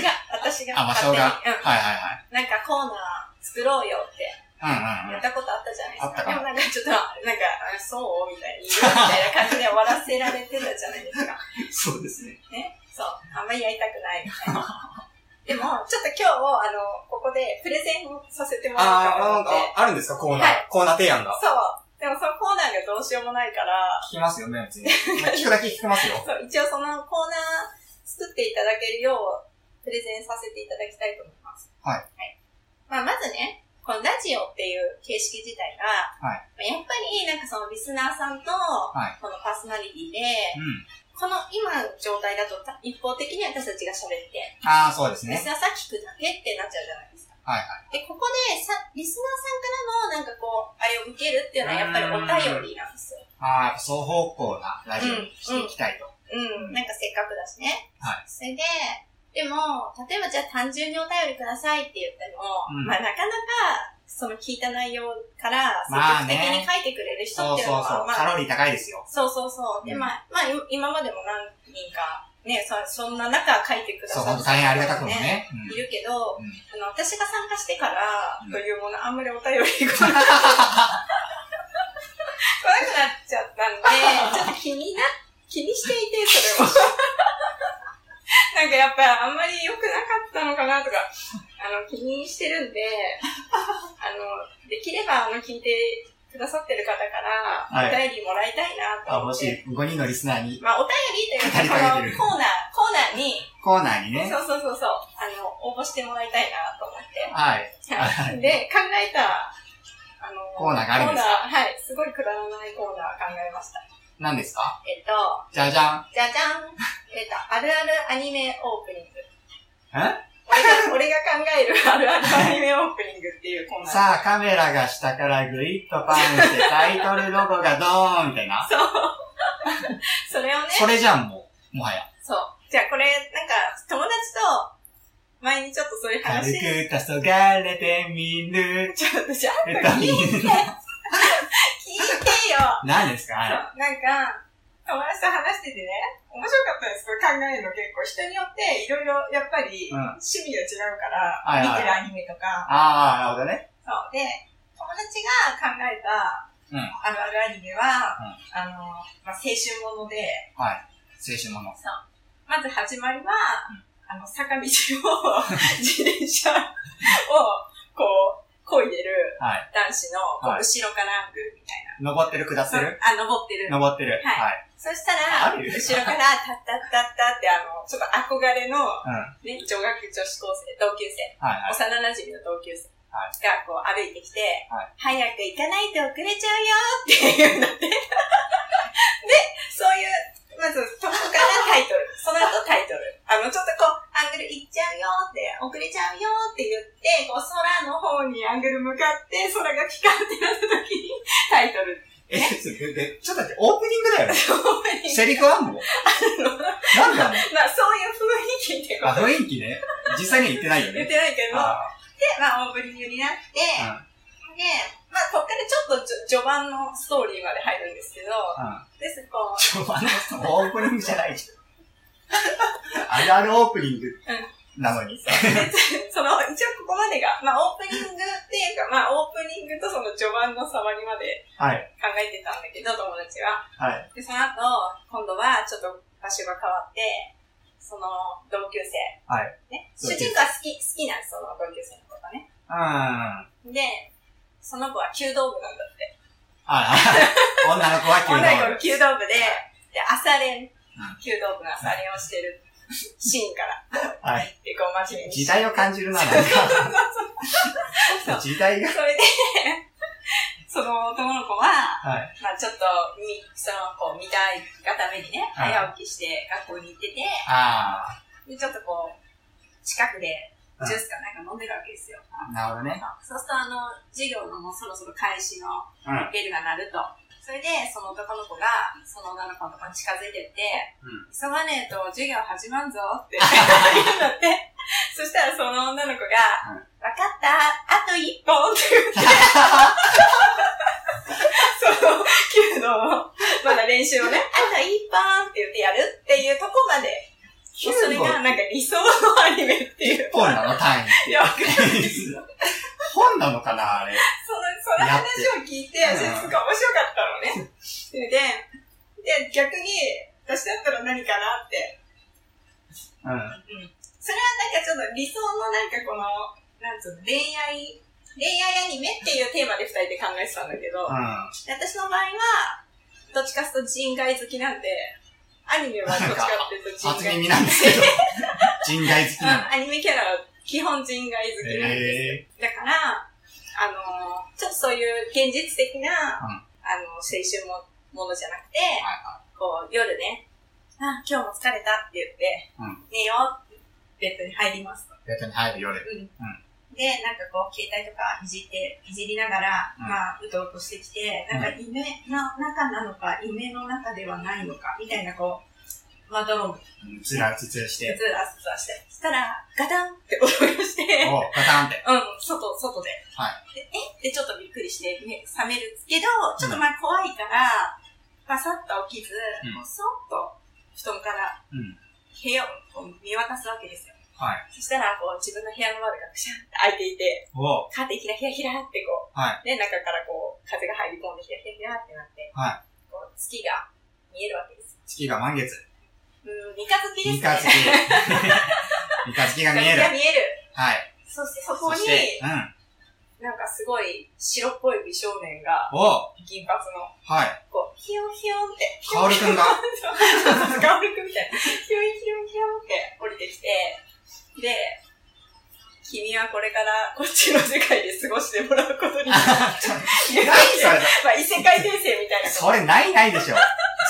Speaker 2: が、私が、
Speaker 1: あ、場所が。
Speaker 2: 勝手
Speaker 1: はい
Speaker 2: に
Speaker 1: はい
Speaker 2: うん。なんかコーナー作ろうよって
Speaker 1: はい。うんうんう
Speaker 2: や
Speaker 1: ん
Speaker 2: っ。たことあったじゃない
Speaker 1: あったか
Speaker 2: ですか。でもなんかちょっと、なんか、あそうみたいに、みたいな感じで終わらせられてたじゃないですか。
Speaker 1: そうですね。
Speaker 2: ね。そう。あんまりやりたくない みたいな。でも、ちょっと今日、あの、ここでプレゼンをさせてもらおうかなと思って。
Speaker 1: あるんですかコー
Speaker 2: ナーはい
Speaker 1: コーナー提案が。
Speaker 2: そう。でもそのコーナーがどうしようもないから、
Speaker 1: 聞きますよね、別 に。聞くだけ聞きますよ。
Speaker 2: そう、一応そのコーナー作っていただけるよう、プレゼンさせていただきたいと思います。
Speaker 1: はい
Speaker 2: はい。まあ、まずね、このラジオっていう形式自体が、。
Speaker 1: はい
Speaker 2: やっぱり、なんかそのリスナーさんと、
Speaker 1: い
Speaker 2: このパーソナリティで、
Speaker 1: うん。
Speaker 2: この今の状態だとた一方的に私たちが喋って、
Speaker 1: ああ、そうです
Speaker 2: リス
Speaker 1: ね。
Speaker 2: ナーさん聞くだけってなっちゃうじゃないですか。
Speaker 1: はい
Speaker 2: で、ここでさ、リスナーさんからもなんかこう、あれを受けるっていうのはやっぱりお便りなんですよ。
Speaker 1: はい。ああ、やっぱ双方向なラジオにしていきたいと。
Speaker 2: うん、なんかせっかくだしね。
Speaker 1: はい
Speaker 2: それで、でも、例えばじゃあ単純にお便りくださいって言っても、
Speaker 1: うん
Speaker 2: まあなかなか、その聞いた内容から
Speaker 1: まあ
Speaker 2: 積極的
Speaker 1: ね
Speaker 2: に書いてくれる人
Speaker 1: そ
Speaker 2: っ
Speaker 1: う
Speaker 2: ていう
Speaker 1: そ
Speaker 2: の
Speaker 1: う
Speaker 2: は、
Speaker 1: そう。
Speaker 2: ま
Speaker 1: カ
Speaker 2: あ、
Speaker 1: ロリー高いですよ。
Speaker 2: そうそうそう。で、
Speaker 1: うん
Speaker 2: まあ、まあ、い今までも何人か、ね、そそんな中書いてくだ
Speaker 1: そう、
Speaker 2: さ
Speaker 1: ほん
Speaker 2: って
Speaker 1: と大変ありがたくもね。うん
Speaker 2: いるけど、
Speaker 1: うん
Speaker 2: あの、私が参加してから
Speaker 1: うん
Speaker 2: というもの、あんまりお便り来なく来なくなっちゃったんで、 くださってる方から、
Speaker 1: はい
Speaker 2: お便りもらいたいな
Speaker 1: あ、
Speaker 2: と思
Speaker 1: 欲し
Speaker 2: って。
Speaker 1: い。5人のリスナーに、
Speaker 2: まあ、お便りというか、
Speaker 1: 語りかけてる
Speaker 2: このコーナー、コーナーに、
Speaker 1: コーナーにね。
Speaker 2: そうそうそうそう、あの、応募してもらいたいなと思って。
Speaker 1: はい。
Speaker 2: はいで、考えた、あの、
Speaker 1: コーナーがあるんです
Speaker 2: コーナーはい、すごいくだらないコーナー考えました。
Speaker 1: 何ですか
Speaker 2: えっと、
Speaker 1: じゃじゃん。
Speaker 2: じゃじ ゃん。えっと、あるあるアニメオープニング。
Speaker 1: え
Speaker 2: 俺が、 俺が考えるあるあるアニメオープニングっていうコーナー。
Speaker 1: さあ、カメラが下からグイッとパンして、タイトルロゴがドーンみたいな。
Speaker 2: それをね、
Speaker 1: それじゃん、もう。もはや。
Speaker 2: そう。じゃあこれ、なんか、友達と、前にちょっとそういう
Speaker 1: 軽
Speaker 2: 話、ち
Speaker 1: く黄昏てみる。
Speaker 2: ょっと、じゃあ、
Speaker 1: えっと、みる。
Speaker 2: 聞いてよ
Speaker 1: 何ですか
Speaker 2: そ
Speaker 1: あ
Speaker 2: う
Speaker 1: れ。
Speaker 2: なんか、友達と話しててね、面白かったです、これ考えるの結構。人によって、いろいろ、やっぱり、
Speaker 1: うん
Speaker 2: 趣味が違うから、
Speaker 1: はいはい
Speaker 2: 見てるアニメとか。
Speaker 1: ああ、なるほどね。
Speaker 2: そう。で、友達が考えた、
Speaker 1: うん
Speaker 2: あるあるアニメは、あの、まあ、青春もので、
Speaker 1: はい。青春もの。
Speaker 2: まず始まりは、あの、坂道を、 自転車を、こう、漕いでる
Speaker 1: はい。
Speaker 2: 男子の、こう
Speaker 1: はい
Speaker 2: 後ろからアングルみたい
Speaker 1: 登ってる、下って
Speaker 2: な。
Speaker 1: る
Speaker 2: あ、登ってる。
Speaker 1: 登ってる。
Speaker 2: はい
Speaker 1: はい。
Speaker 2: そしたら、
Speaker 1: あ
Speaker 2: 後
Speaker 1: る
Speaker 2: ろから、タッタッタッタって、あの、ちょっと憧れの、
Speaker 1: うん。
Speaker 2: ね、女学女子高生、同級生、
Speaker 1: はいはい。
Speaker 2: 幼馴染の同級生
Speaker 1: は
Speaker 2: が、こう、歩いてきて、
Speaker 1: は
Speaker 2: 早く行かないと遅れちゃうよっていうの で、で、そういう、まず、そこからタイトル、その後タイトル。 あの、ちょっとこう、アングル行っちゃうよって、遅れちゃうよって言って、こう、空の方にアングル向かって、空がピカってなった時に、タイトル。
Speaker 1: え、ちょっと待ってちょっと待って、オープニングだよね。
Speaker 2: そういう
Speaker 1: セリフあんのな
Speaker 2: の
Speaker 1: んだ
Speaker 2: まあ、そういう雰囲気ってこ
Speaker 1: あ
Speaker 2: と。
Speaker 1: の雰囲気ね。実際には言ってないよ
Speaker 2: 言っ
Speaker 1: ね。
Speaker 2: てないけど、
Speaker 1: あ
Speaker 2: で、まあ、オープニングになって、
Speaker 1: うん
Speaker 2: で、まあ、こっからちょっとじょ序盤のストーリーまで入るんですけど、
Speaker 1: あ。うん。
Speaker 2: です、こう、
Speaker 1: ちょ、 あの、オープニングじゃないじゃん。あるあるオープニングなのに。
Speaker 2: その、一応ここまでが、まあ、オープニングっていうか、まあ、オープニングとその序盤の触りまで
Speaker 1: はい。
Speaker 2: 考えてたんだけど、友達は。
Speaker 1: はい。
Speaker 2: で、その後、今度はちょっと場所が変わって、その、同級生。
Speaker 1: はい。
Speaker 2: ね。
Speaker 1: 同
Speaker 2: 主
Speaker 1: 級生
Speaker 2: 人公は好き、好きなんです、その同級生の子がね。
Speaker 1: うん。あ
Speaker 2: で、その子は弓道部なんだって。
Speaker 1: あ、女の子は急
Speaker 2: 女の
Speaker 1: に。
Speaker 2: 子弓道部で、で、朝練、弓道部の朝練をしてるシーンから、
Speaker 1: はい。
Speaker 2: 結構真面目に。
Speaker 1: 時代を感じるな、なんか。時代が。
Speaker 2: それで、 その男の子は、
Speaker 1: はい。
Speaker 2: まあちょっと、み、その子を見たいがためにね、
Speaker 1: はい
Speaker 2: 早起きして学校に行ってて、
Speaker 1: あ
Speaker 2: で、ちょっとこう、近くで
Speaker 1: うん
Speaker 2: ジュースかなんか飲んでるわけですよ。
Speaker 1: あ、なるほどね。
Speaker 2: そうすると、あの、授業のもうそろそろ開始の
Speaker 1: うん
Speaker 2: ベルが鳴ると。それで、その男の子が、その女の子のところに近づいてって、
Speaker 1: う
Speaker 2: 急がねえと授業始まんぞ って言うんだって。そしたらその女の子が、
Speaker 1: うん
Speaker 2: わかった、あと一本って言って、その、 弓道を、まだ練習をね、あと一本って言ってやるっていうとこまで、それ
Speaker 1: 本
Speaker 2: がなんか理想のアニメっていう。
Speaker 1: 本なの単位。
Speaker 2: いや、わかんない
Speaker 1: 本なのかな、あれ。
Speaker 2: その、その話を聞いて、
Speaker 1: やっ
Speaker 2: 私
Speaker 1: て
Speaker 2: すごい面白かった のね。それで、で、逆に、私だったら何かなって。
Speaker 1: うん。
Speaker 2: それはなんかちょっと理想のなんかこの、なんつうの、恋愛、恋愛アニメっていうテーマで二人で考えてたんだけど、
Speaker 1: うん。
Speaker 2: で私の場合は、どっちかというと人外好きなんで、アニメはどっちかっていうと人
Speaker 1: 初
Speaker 2: 外。
Speaker 1: 耳なんですけ ど。人外好き
Speaker 2: う
Speaker 1: なの。
Speaker 2: ん、アニメキャラは基本人外好きなんで
Speaker 1: ええ
Speaker 2: だから、あのーちょっとそういう現実的な、
Speaker 1: うん
Speaker 2: あの、青春もものじゃなくて、
Speaker 1: はい
Speaker 2: こう、夜ね、あ、今日も疲れたって言って、
Speaker 1: うん
Speaker 2: 寝よう、ベッドに入ります。
Speaker 1: ベッドに入る夜。
Speaker 2: うん。で、なんかこう、携帯とかいじって、いじりながら、
Speaker 1: うん
Speaker 2: まあ、うとうとしてきて、なんか夢の中なのか、夢の中ではないのか、みたいなこう、まどろむ、
Speaker 1: うんつらつつらし
Speaker 2: ずら
Speaker 1: て。
Speaker 2: ずらして、したら、ガタンって驚きして、
Speaker 1: おガタンって。
Speaker 2: うん、外、外で。
Speaker 1: は
Speaker 2: でえってちょっとびっくりして、目覚めるけど、ちょっとまあ怖いから、バサッと起きず、
Speaker 1: うん
Speaker 2: こうそっと布団から
Speaker 1: うん。
Speaker 2: 部屋をこう見渡すわけですよ。
Speaker 1: はい。
Speaker 2: そしたら、こう自分の部屋の窓がくしゃって開いていて、
Speaker 1: お
Speaker 2: カーテンひらひらひらってこう、
Speaker 1: は
Speaker 2: ね、中からこう風が入り込んでひらひらひらってなって、
Speaker 1: は
Speaker 2: こう月が見えるわけですよ。
Speaker 1: 月が満月。
Speaker 2: うん、三日月で
Speaker 1: 三
Speaker 2: すね。
Speaker 1: 日月。 三日月が見える
Speaker 2: 三日。月が見える。
Speaker 1: はい。
Speaker 2: そしてそこ
Speaker 1: そ
Speaker 2: に
Speaker 1: し、て、うん。
Speaker 2: なんかすごい白っぽい美少年が、
Speaker 1: おは
Speaker 2: 銀髪の、
Speaker 1: い。
Speaker 2: こう、ヒヨヒヨンって、
Speaker 1: カオルくんが、
Speaker 2: ガオルくみたいな、ヒヨヒヨヒヨンって降りてきて、で、君はこれからこっちの世界で過ごしてもらうことになる。
Speaker 1: ないそれ。
Speaker 2: まあ、異世界転生みたい な。
Speaker 1: それないないでしょ。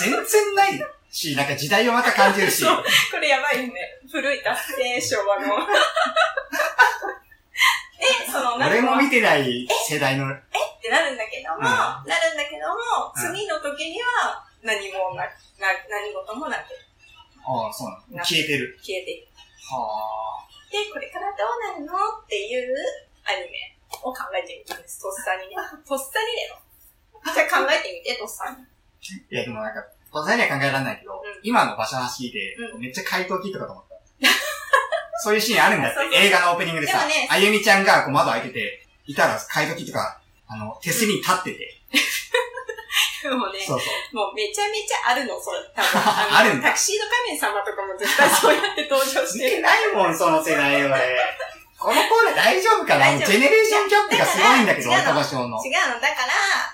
Speaker 1: 全然ないし、なんか時代をまた感じるし。
Speaker 2: そうこれやばいよね。古い達成昭和の。 え、その、なんか
Speaker 1: 俺も見てない世代の、
Speaker 2: ってなるんだけども、
Speaker 1: うん
Speaker 2: なるんだけども、
Speaker 1: うん
Speaker 2: 次の時には何もな、な何事もなく
Speaker 1: ああ、そうなの。消えてる。
Speaker 2: 消えていく。
Speaker 1: はあ。
Speaker 2: で、これからどうなるのっていうアニメを考えてみたんです。とっさにね。とっさにだよ。じゃあ考えてみて、とっ さに。
Speaker 1: いや、でもなんか、バザイには考えられないけど、
Speaker 2: うん
Speaker 1: 今の場所の話聞いて、
Speaker 2: うん
Speaker 1: めっちゃ回答聞いたかと思った。 そういうシーンあるんだって
Speaker 2: そう、そう
Speaker 1: 映画のオープニングでさ、
Speaker 2: でもね
Speaker 1: あゆみちゃんがこう窓開けて、いたら買い時とか、あの、手すりに立ってて、
Speaker 2: もうね、
Speaker 1: そうそう。
Speaker 2: もうめちゃめちゃあるの、それ。 多分
Speaker 1: あるんだ
Speaker 2: タクシード仮面様とかも絶対そうやって登場し
Speaker 1: 見
Speaker 2: て
Speaker 1: て
Speaker 2: る。
Speaker 1: ないもん、その世代俺。このコーナー大丈夫かな
Speaker 2: 大丈夫
Speaker 1: ジェネレーションギャップがすごいんだけど、
Speaker 2: だ
Speaker 1: 俺
Speaker 2: から
Speaker 1: と場所の。
Speaker 2: 違うの、だか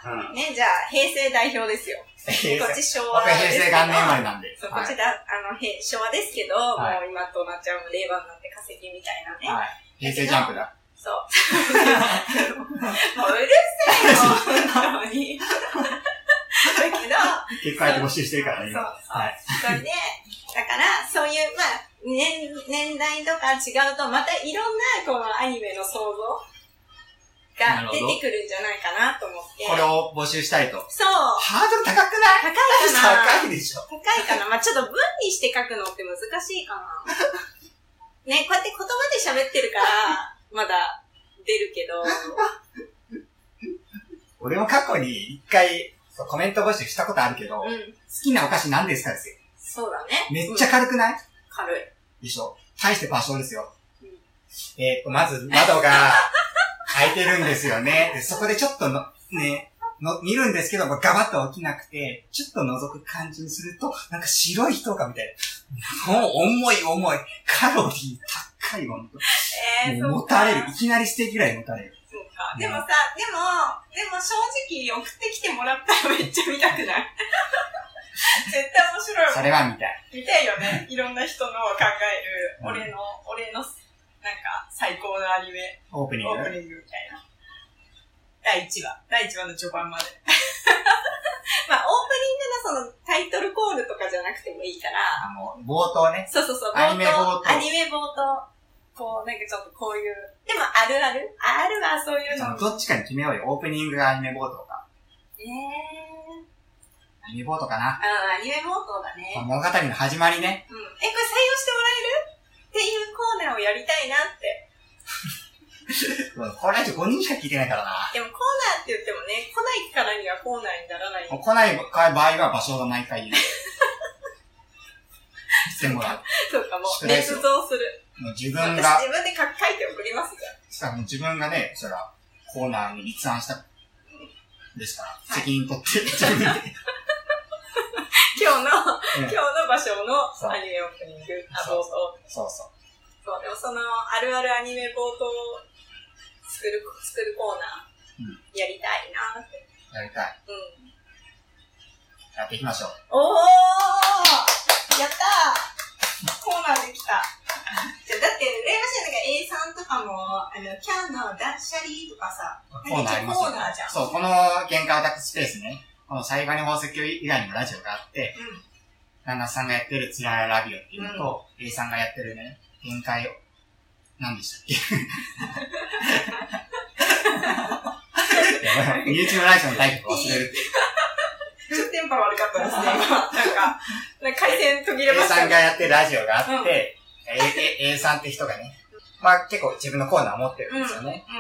Speaker 2: ら、
Speaker 1: うん。
Speaker 2: ね、じゃあ、平成代表ですよ。
Speaker 1: 平
Speaker 2: こっ
Speaker 1: 成。
Speaker 2: ち昭和
Speaker 1: 僕は
Speaker 2: です
Speaker 1: 平
Speaker 2: け
Speaker 1: 成元
Speaker 2: ど。
Speaker 1: 年生まれなんで。
Speaker 2: そう、こ
Speaker 1: は
Speaker 2: っ
Speaker 1: い
Speaker 2: ちだ、あの、へ昭和ですけど、
Speaker 1: はい
Speaker 2: もう今となっちゃう令和になって稼ぎみたいなね。
Speaker 1: はい。平成ジャンプだ。
Speaker 2: そう。 もううる せえよ、本当に。だけど、
Speaker 1: 結構あえて募集してるからね、今。
Speaker 2: そう
Speaker 1: はい。
Speaker 2: それで、だから、そういう、まあ、年、年代とか違うと、またいろんな、このアニメの想像
Speaker 1: なる
Speaker 2: が
Speaker 1: ほ
Speaker 2: 出
Speaker 1: ど
Speaker 2: てくるんじゃないかなと思って。
Speaker 1: これを募集したいと。
Speaker 2: そう。
Speaker 1: ハードル高くない
Speaker 2: 高い かな
Speaker 1: 高いでしょ。
Speaker 2: 高いかなまあ、ちょっと文にして書くのって難しいかな。 ね、こうやって言葉で喋ってるから、まだ出るけど。
Speaker 1: 俺も過去に一回、そうコメント募集したことあるけど、好
Speaker 2: うん。
Speaker 1: きなお菓子何ですかですよ。
Speaker 2: そうだね。
Speaker 1: めっちゃ
Speaker 2: うん
Speaker 1: 軽くない
Speaker 2: 軽い。
Speaker 1: でしょ大して場所ですよ
Speaker 2: うん。
Speaker 1: えっと、まず窓が開いてるんですよね。でそこでちょっとの、ね、の、見るんですけど、ガバッと起きなくて、ちょっと覗く感じにすると、なんか白い人がみたいな。もう重い重い。カロリー高いわ。も
Speaker 2: えー、
Speaker 1: う
Speaker 2: そ
Speaker 1: も
Speaker 2: うか。
Speaker 1: たれる。いきなりステーキぐらいもたれる。
Speaker 2: そうか。でもさ、でも、でも正直送ってきてもらったらめっちゃ見たくない 絶対面白い
Speaker 1: そ
Speaker 2: わ。
Speaker 1: れはみたい。
Speaker 2: 見たいよね。いろんな人のを考える、
Speaker 1: うん
Speaker 2: 俺の、俺の、なんか、最高のアニメ、
Speaker 1: オープニン
Speaker 2: オ
Speaker 1: グ
Speaker 2: ープ。ニングみたいな。第1話。第1話の序盤まで。 まあ、オープニングのそのタイトルコールとかじゃなくてもいいから、
Speaker 1: あの、冒頭ね。
Speaker 2: そうそうそう、
Speaker 1: アニメ冒頭
Speaker 2: アニメ冒頭。こう、なんかちょっとこういう、でもあるあるあるわ、そういう
Speaker 1: そ
Speaker 2: の
Speaker 1: の。どっちかに決めようよ。オープニングがアニメ冒頭か。
Speaker 2: えー。
Speaker 1: アニメ冒頭かな。
Speaker 2: あアニメ冒頭だね。うん。え、こ
Speaker 1: 物語の始まりね。
Speaker 2: れ採用してもらえるっていうコーナーをやりたいなって。
Speaker 1: これ以上5人しか聞いてないからな。
Speaker 2: でもコーナーって言ってもね、来ないからにはコーナーにならない。
Speaker 1: もう来ない場合は場所が毎回言う。してもらう。
Speaker 2: そうか、もう、
Speaker 1: 少ないで
Speaker 2: 捏
Speaker 1: すよ
Speaker 2: 造する。
Speaker 1: もう自分が
Speaker 2: 私、自分で書書いて送りますじゃ
Speaker 1: しか
Speaker 2: ん。
Speaker 1: も自分がね、そら、コーナーに立案した、ですから、責任取って、自分で。
Speaker 2: 今日の、
Speaker 1: うん
Speaker 2: 今日の場所の
Speaker 1: そう
Speaker 2: アニメオープニング、あ、
Speaker 1: そう
Speaker 2: 冒頭。
Speaker 1: そうそ
Speaker 2: そう、でもその、あるあるアニメ冒頭を作る、作るコーナ
Speaker 1: うん
Speaker 2: ー、やりたいなって。
Speaker 1: う。やりたい。
Speaker 2: うん。
Speaker 1: やっていきましょう。
Speaker 2: おーやったーコーナーできた。じゃだって、羨ましいなんか A さんとかも、あの、キャンの断捨離とかさ、
Speaker 1: コーナーありますよ
Speaker 2: コーナーじゃん。
Speaker 1: そう、この限界オタクスペースね、この裁判の宝石以外にもラジオがあって、
Speaker 2: うん
Speaker 1: 旦那さんがやってるつららラビオっていうのと、A さんがやってるね、限界を、何で したっけやばい身内のラジオのタイトル忘れるっていう。
Speaker 2: ちょっとテンパ悪かったですね、今。なんか、なんか回線途切れ
Speaker 1: A
Speaker 2: ました
Speaker 1: さん
Speaker 2: ね。
Speaker 1: がやってるラジオがあって、A, A, A さんって人がね、まあ結構自分のコーナー持ってるんですよね。
Speaker 2: うん。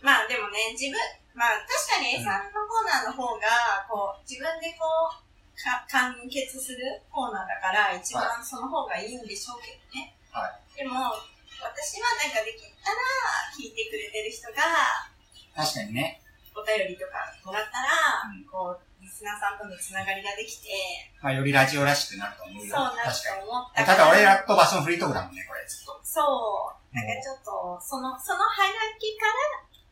Speaker 2: まあでもね、自分、まあ確かに A さんのコーナーの方が、こう、自分でこう、か完結するコーナーだから、一番その方がいいんでしょうけどね。。
Speaker 1: はい
Speaker 2: でも、私はなんかできたら、聞いてくれてる人が、
Speaker 1: 確かにね。
Speaker 2: お便りとかもらったら、
Speaker 1: うん
Speaker 2: こう、リスナーさんとのつながりができて、
Speaker 1: まあよりラジオらしくなると思う
Speaker 2: そ
Speaker 1: よ。
Speaker 2: うな
Speaker 1: 確
Speaker 2: る
Speaker 1: か
Speaker 2: と思っ
Speaker 1: に。
Speaker 2: た
Speaker 1: た
Speaker 2: から。
Speaker 1: だ俺らと場所のフリートークだもんね、これ。
Speaker 2: そう。
Speaker 1: もう
Speaker 2: なんかちょっと、その、そのハガキから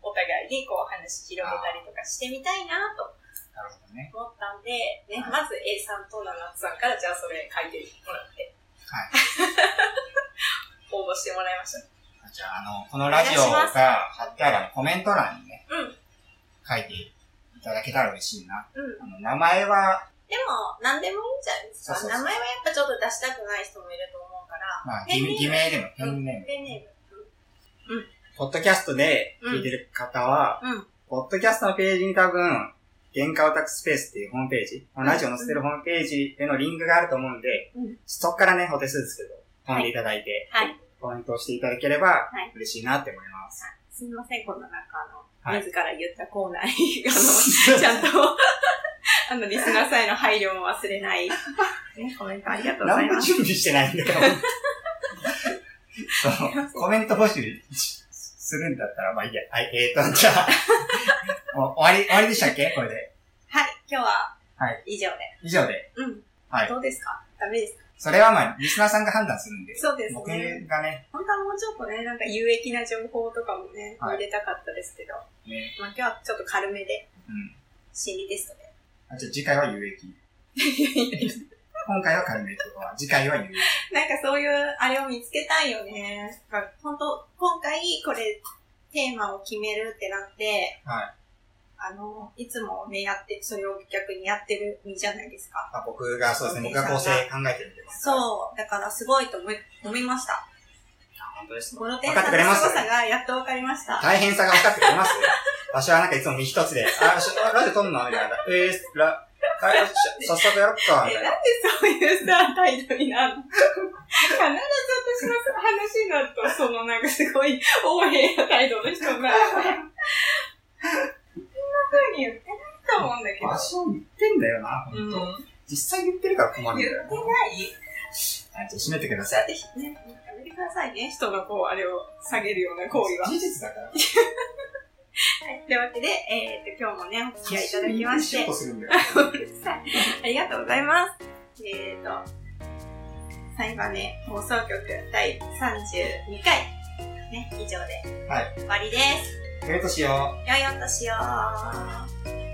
Speaker 2: お互いにこう話広げたりとかしてみたいなと
Speaker 1: なるほどね。
Speaker 2: 思ったんで、ね、まず A さんと七つさんからじゃあそれ書いてもらって、
Speaker 1: はい。
Speaker 2: 応募してもらいました。
Speaker 1: じゃあ、あの、このラジオが貼ってあるあのコメント欄にね、
Speaker 2: うん
Speaker 1: 書いていただけたら嬉しいな。あ
Speaker 2: うん。
Speaker 1: の、名前は、
Speaker 2: でも、何でもいいんじゃないですか。
Speaker 1: そうそうそう
Speaker 2: 名前はやっぱちょっと出したくない人もいると思うから、
Speaker 1: まあ、
Speaker 2: ペ
Speaker 1: 偽
Speaker 2: ンネーム
Speaker 1: 偽名でもペンネーム。
Speaker 2: ペンネーム。
Speaker 1: ポッドキャストで聞いてる方は、
Speaker 2: うんうん
Speaker 1: ポッドキャストのページに多分、原価オタクスペースっていうホームページ、ラジオの載せてるホームページへのリンクがあると思うんで、
Speaker 2: うん
Speaker 1: そっからね、お手数ですけど、飛んでいただいて、
Speaker 2: はいはい
Speaker 1: コメントをしていただければ
Speaker 2: はい、
Speaker 1: 嬉しいなって思い ます。
Speaker 2: すみません、このなんかあの、
Speaker 1: はい
Speaker 2: 自ら言ったコーナーに、 あの、ちゃんと、 あの、リスナーさんへの配慮も忘れない、ね、コメントありがとうござ
Speaker 1: 何
Speaker 2: い
Speaker 1: も
Speaker 2: ます。
Speaker 1: 準備してないんだよ。 そう、コメント募集するんだったら、まあいいや。はい、えーと、じゃ あ、もう終わり、終わりでしたっけこれで。
Speaker 2: はい、今日は、
Speaker 1: はい
Speaker 2: 以上で。
Speaker 1: 以上で。
Speaker 2: うん。
Speaker 1: はい
Speaker 2: どうですかダメですか
Speaker 1: それはまあ、リスナーさんが判断するんで。
Speaker 2: そうです
Speaker 1: 僕
Speaker 2: ね。
Speaker 1: がね、
Speaker 2: 本当はもうちょっとね、なんか有益な情報とかもね、
Speaker 1: はい
Speaker 2: 入れたかったですけど、
Speaker 1: ね、
Speaker 2: まあ今日はちょっと軽めで、
Speaker 1: うん。
Speaker 2: 心理テストで。
Speaker 1: あ、じゃあ次回は有 益。今回は軽めってことは、次回は有益。
Speaker 2: なんかそういうあれを見つけたいよね。本当今回これテーマを決めるってなって、
Speaker 1: はい。
Speaker 2: あの、いつもね、やって、それを逆にやってる身じゃないですか。
Speaker 1: まあ、僕が、そうですね、僕が構成考えてるんで。
Speaker 2: そう。だからすごいと思い思いました。
Speaker 1: 本当ですね
Speaker 2: この点差の凄さがやっとわかりました。
Speaker 1: 大変さが分かってくれます私はなんかいつも身一つで、あ、しラジオ撮んのみたいな。えー、ラ、ラジオ、早速やろっか、みた
Speaker 2: え、
Speaker 1: い
Speaker 2: な
Speaker 1: な。
Speaker 2: んでそういうさ、態度になるの必ず私の話になると、そのなんかすごい横柄な態度の人が、そんな風に言ってないと思うんだけど。
Speaker 1: 私も言ってんだよな、
Speaker 2: うん
Speaker 1: 本当、実際言ってるから困るんだよな。
Speaker 2: 言っ
Speaker 1: は
Speaker 2: ない
Speaker 1: い、じゃあ閉めてくださ
Speaker 2: だっ
Speaker 1: い。
Speaker 2: てね、やめてくださいね。人のこう、あれを下げるような行為は。
Speaker 1: 事実だから。
Speaker 2: というわけで、えー、っと、今日もね、お付き合いいただきまし
Speaker 1: 一緒に仕
Speaker 2: て
Speaker 1: 事、するんだよ。
Speaker 2: ありがとうございます。えー、っと、最後ね、放送局第32回、ね、以上で、
Speaker 1: は
Speaker 2: 終わりです。
Speaker 1: ええとしよう。
Speaker 2: 良いお年を。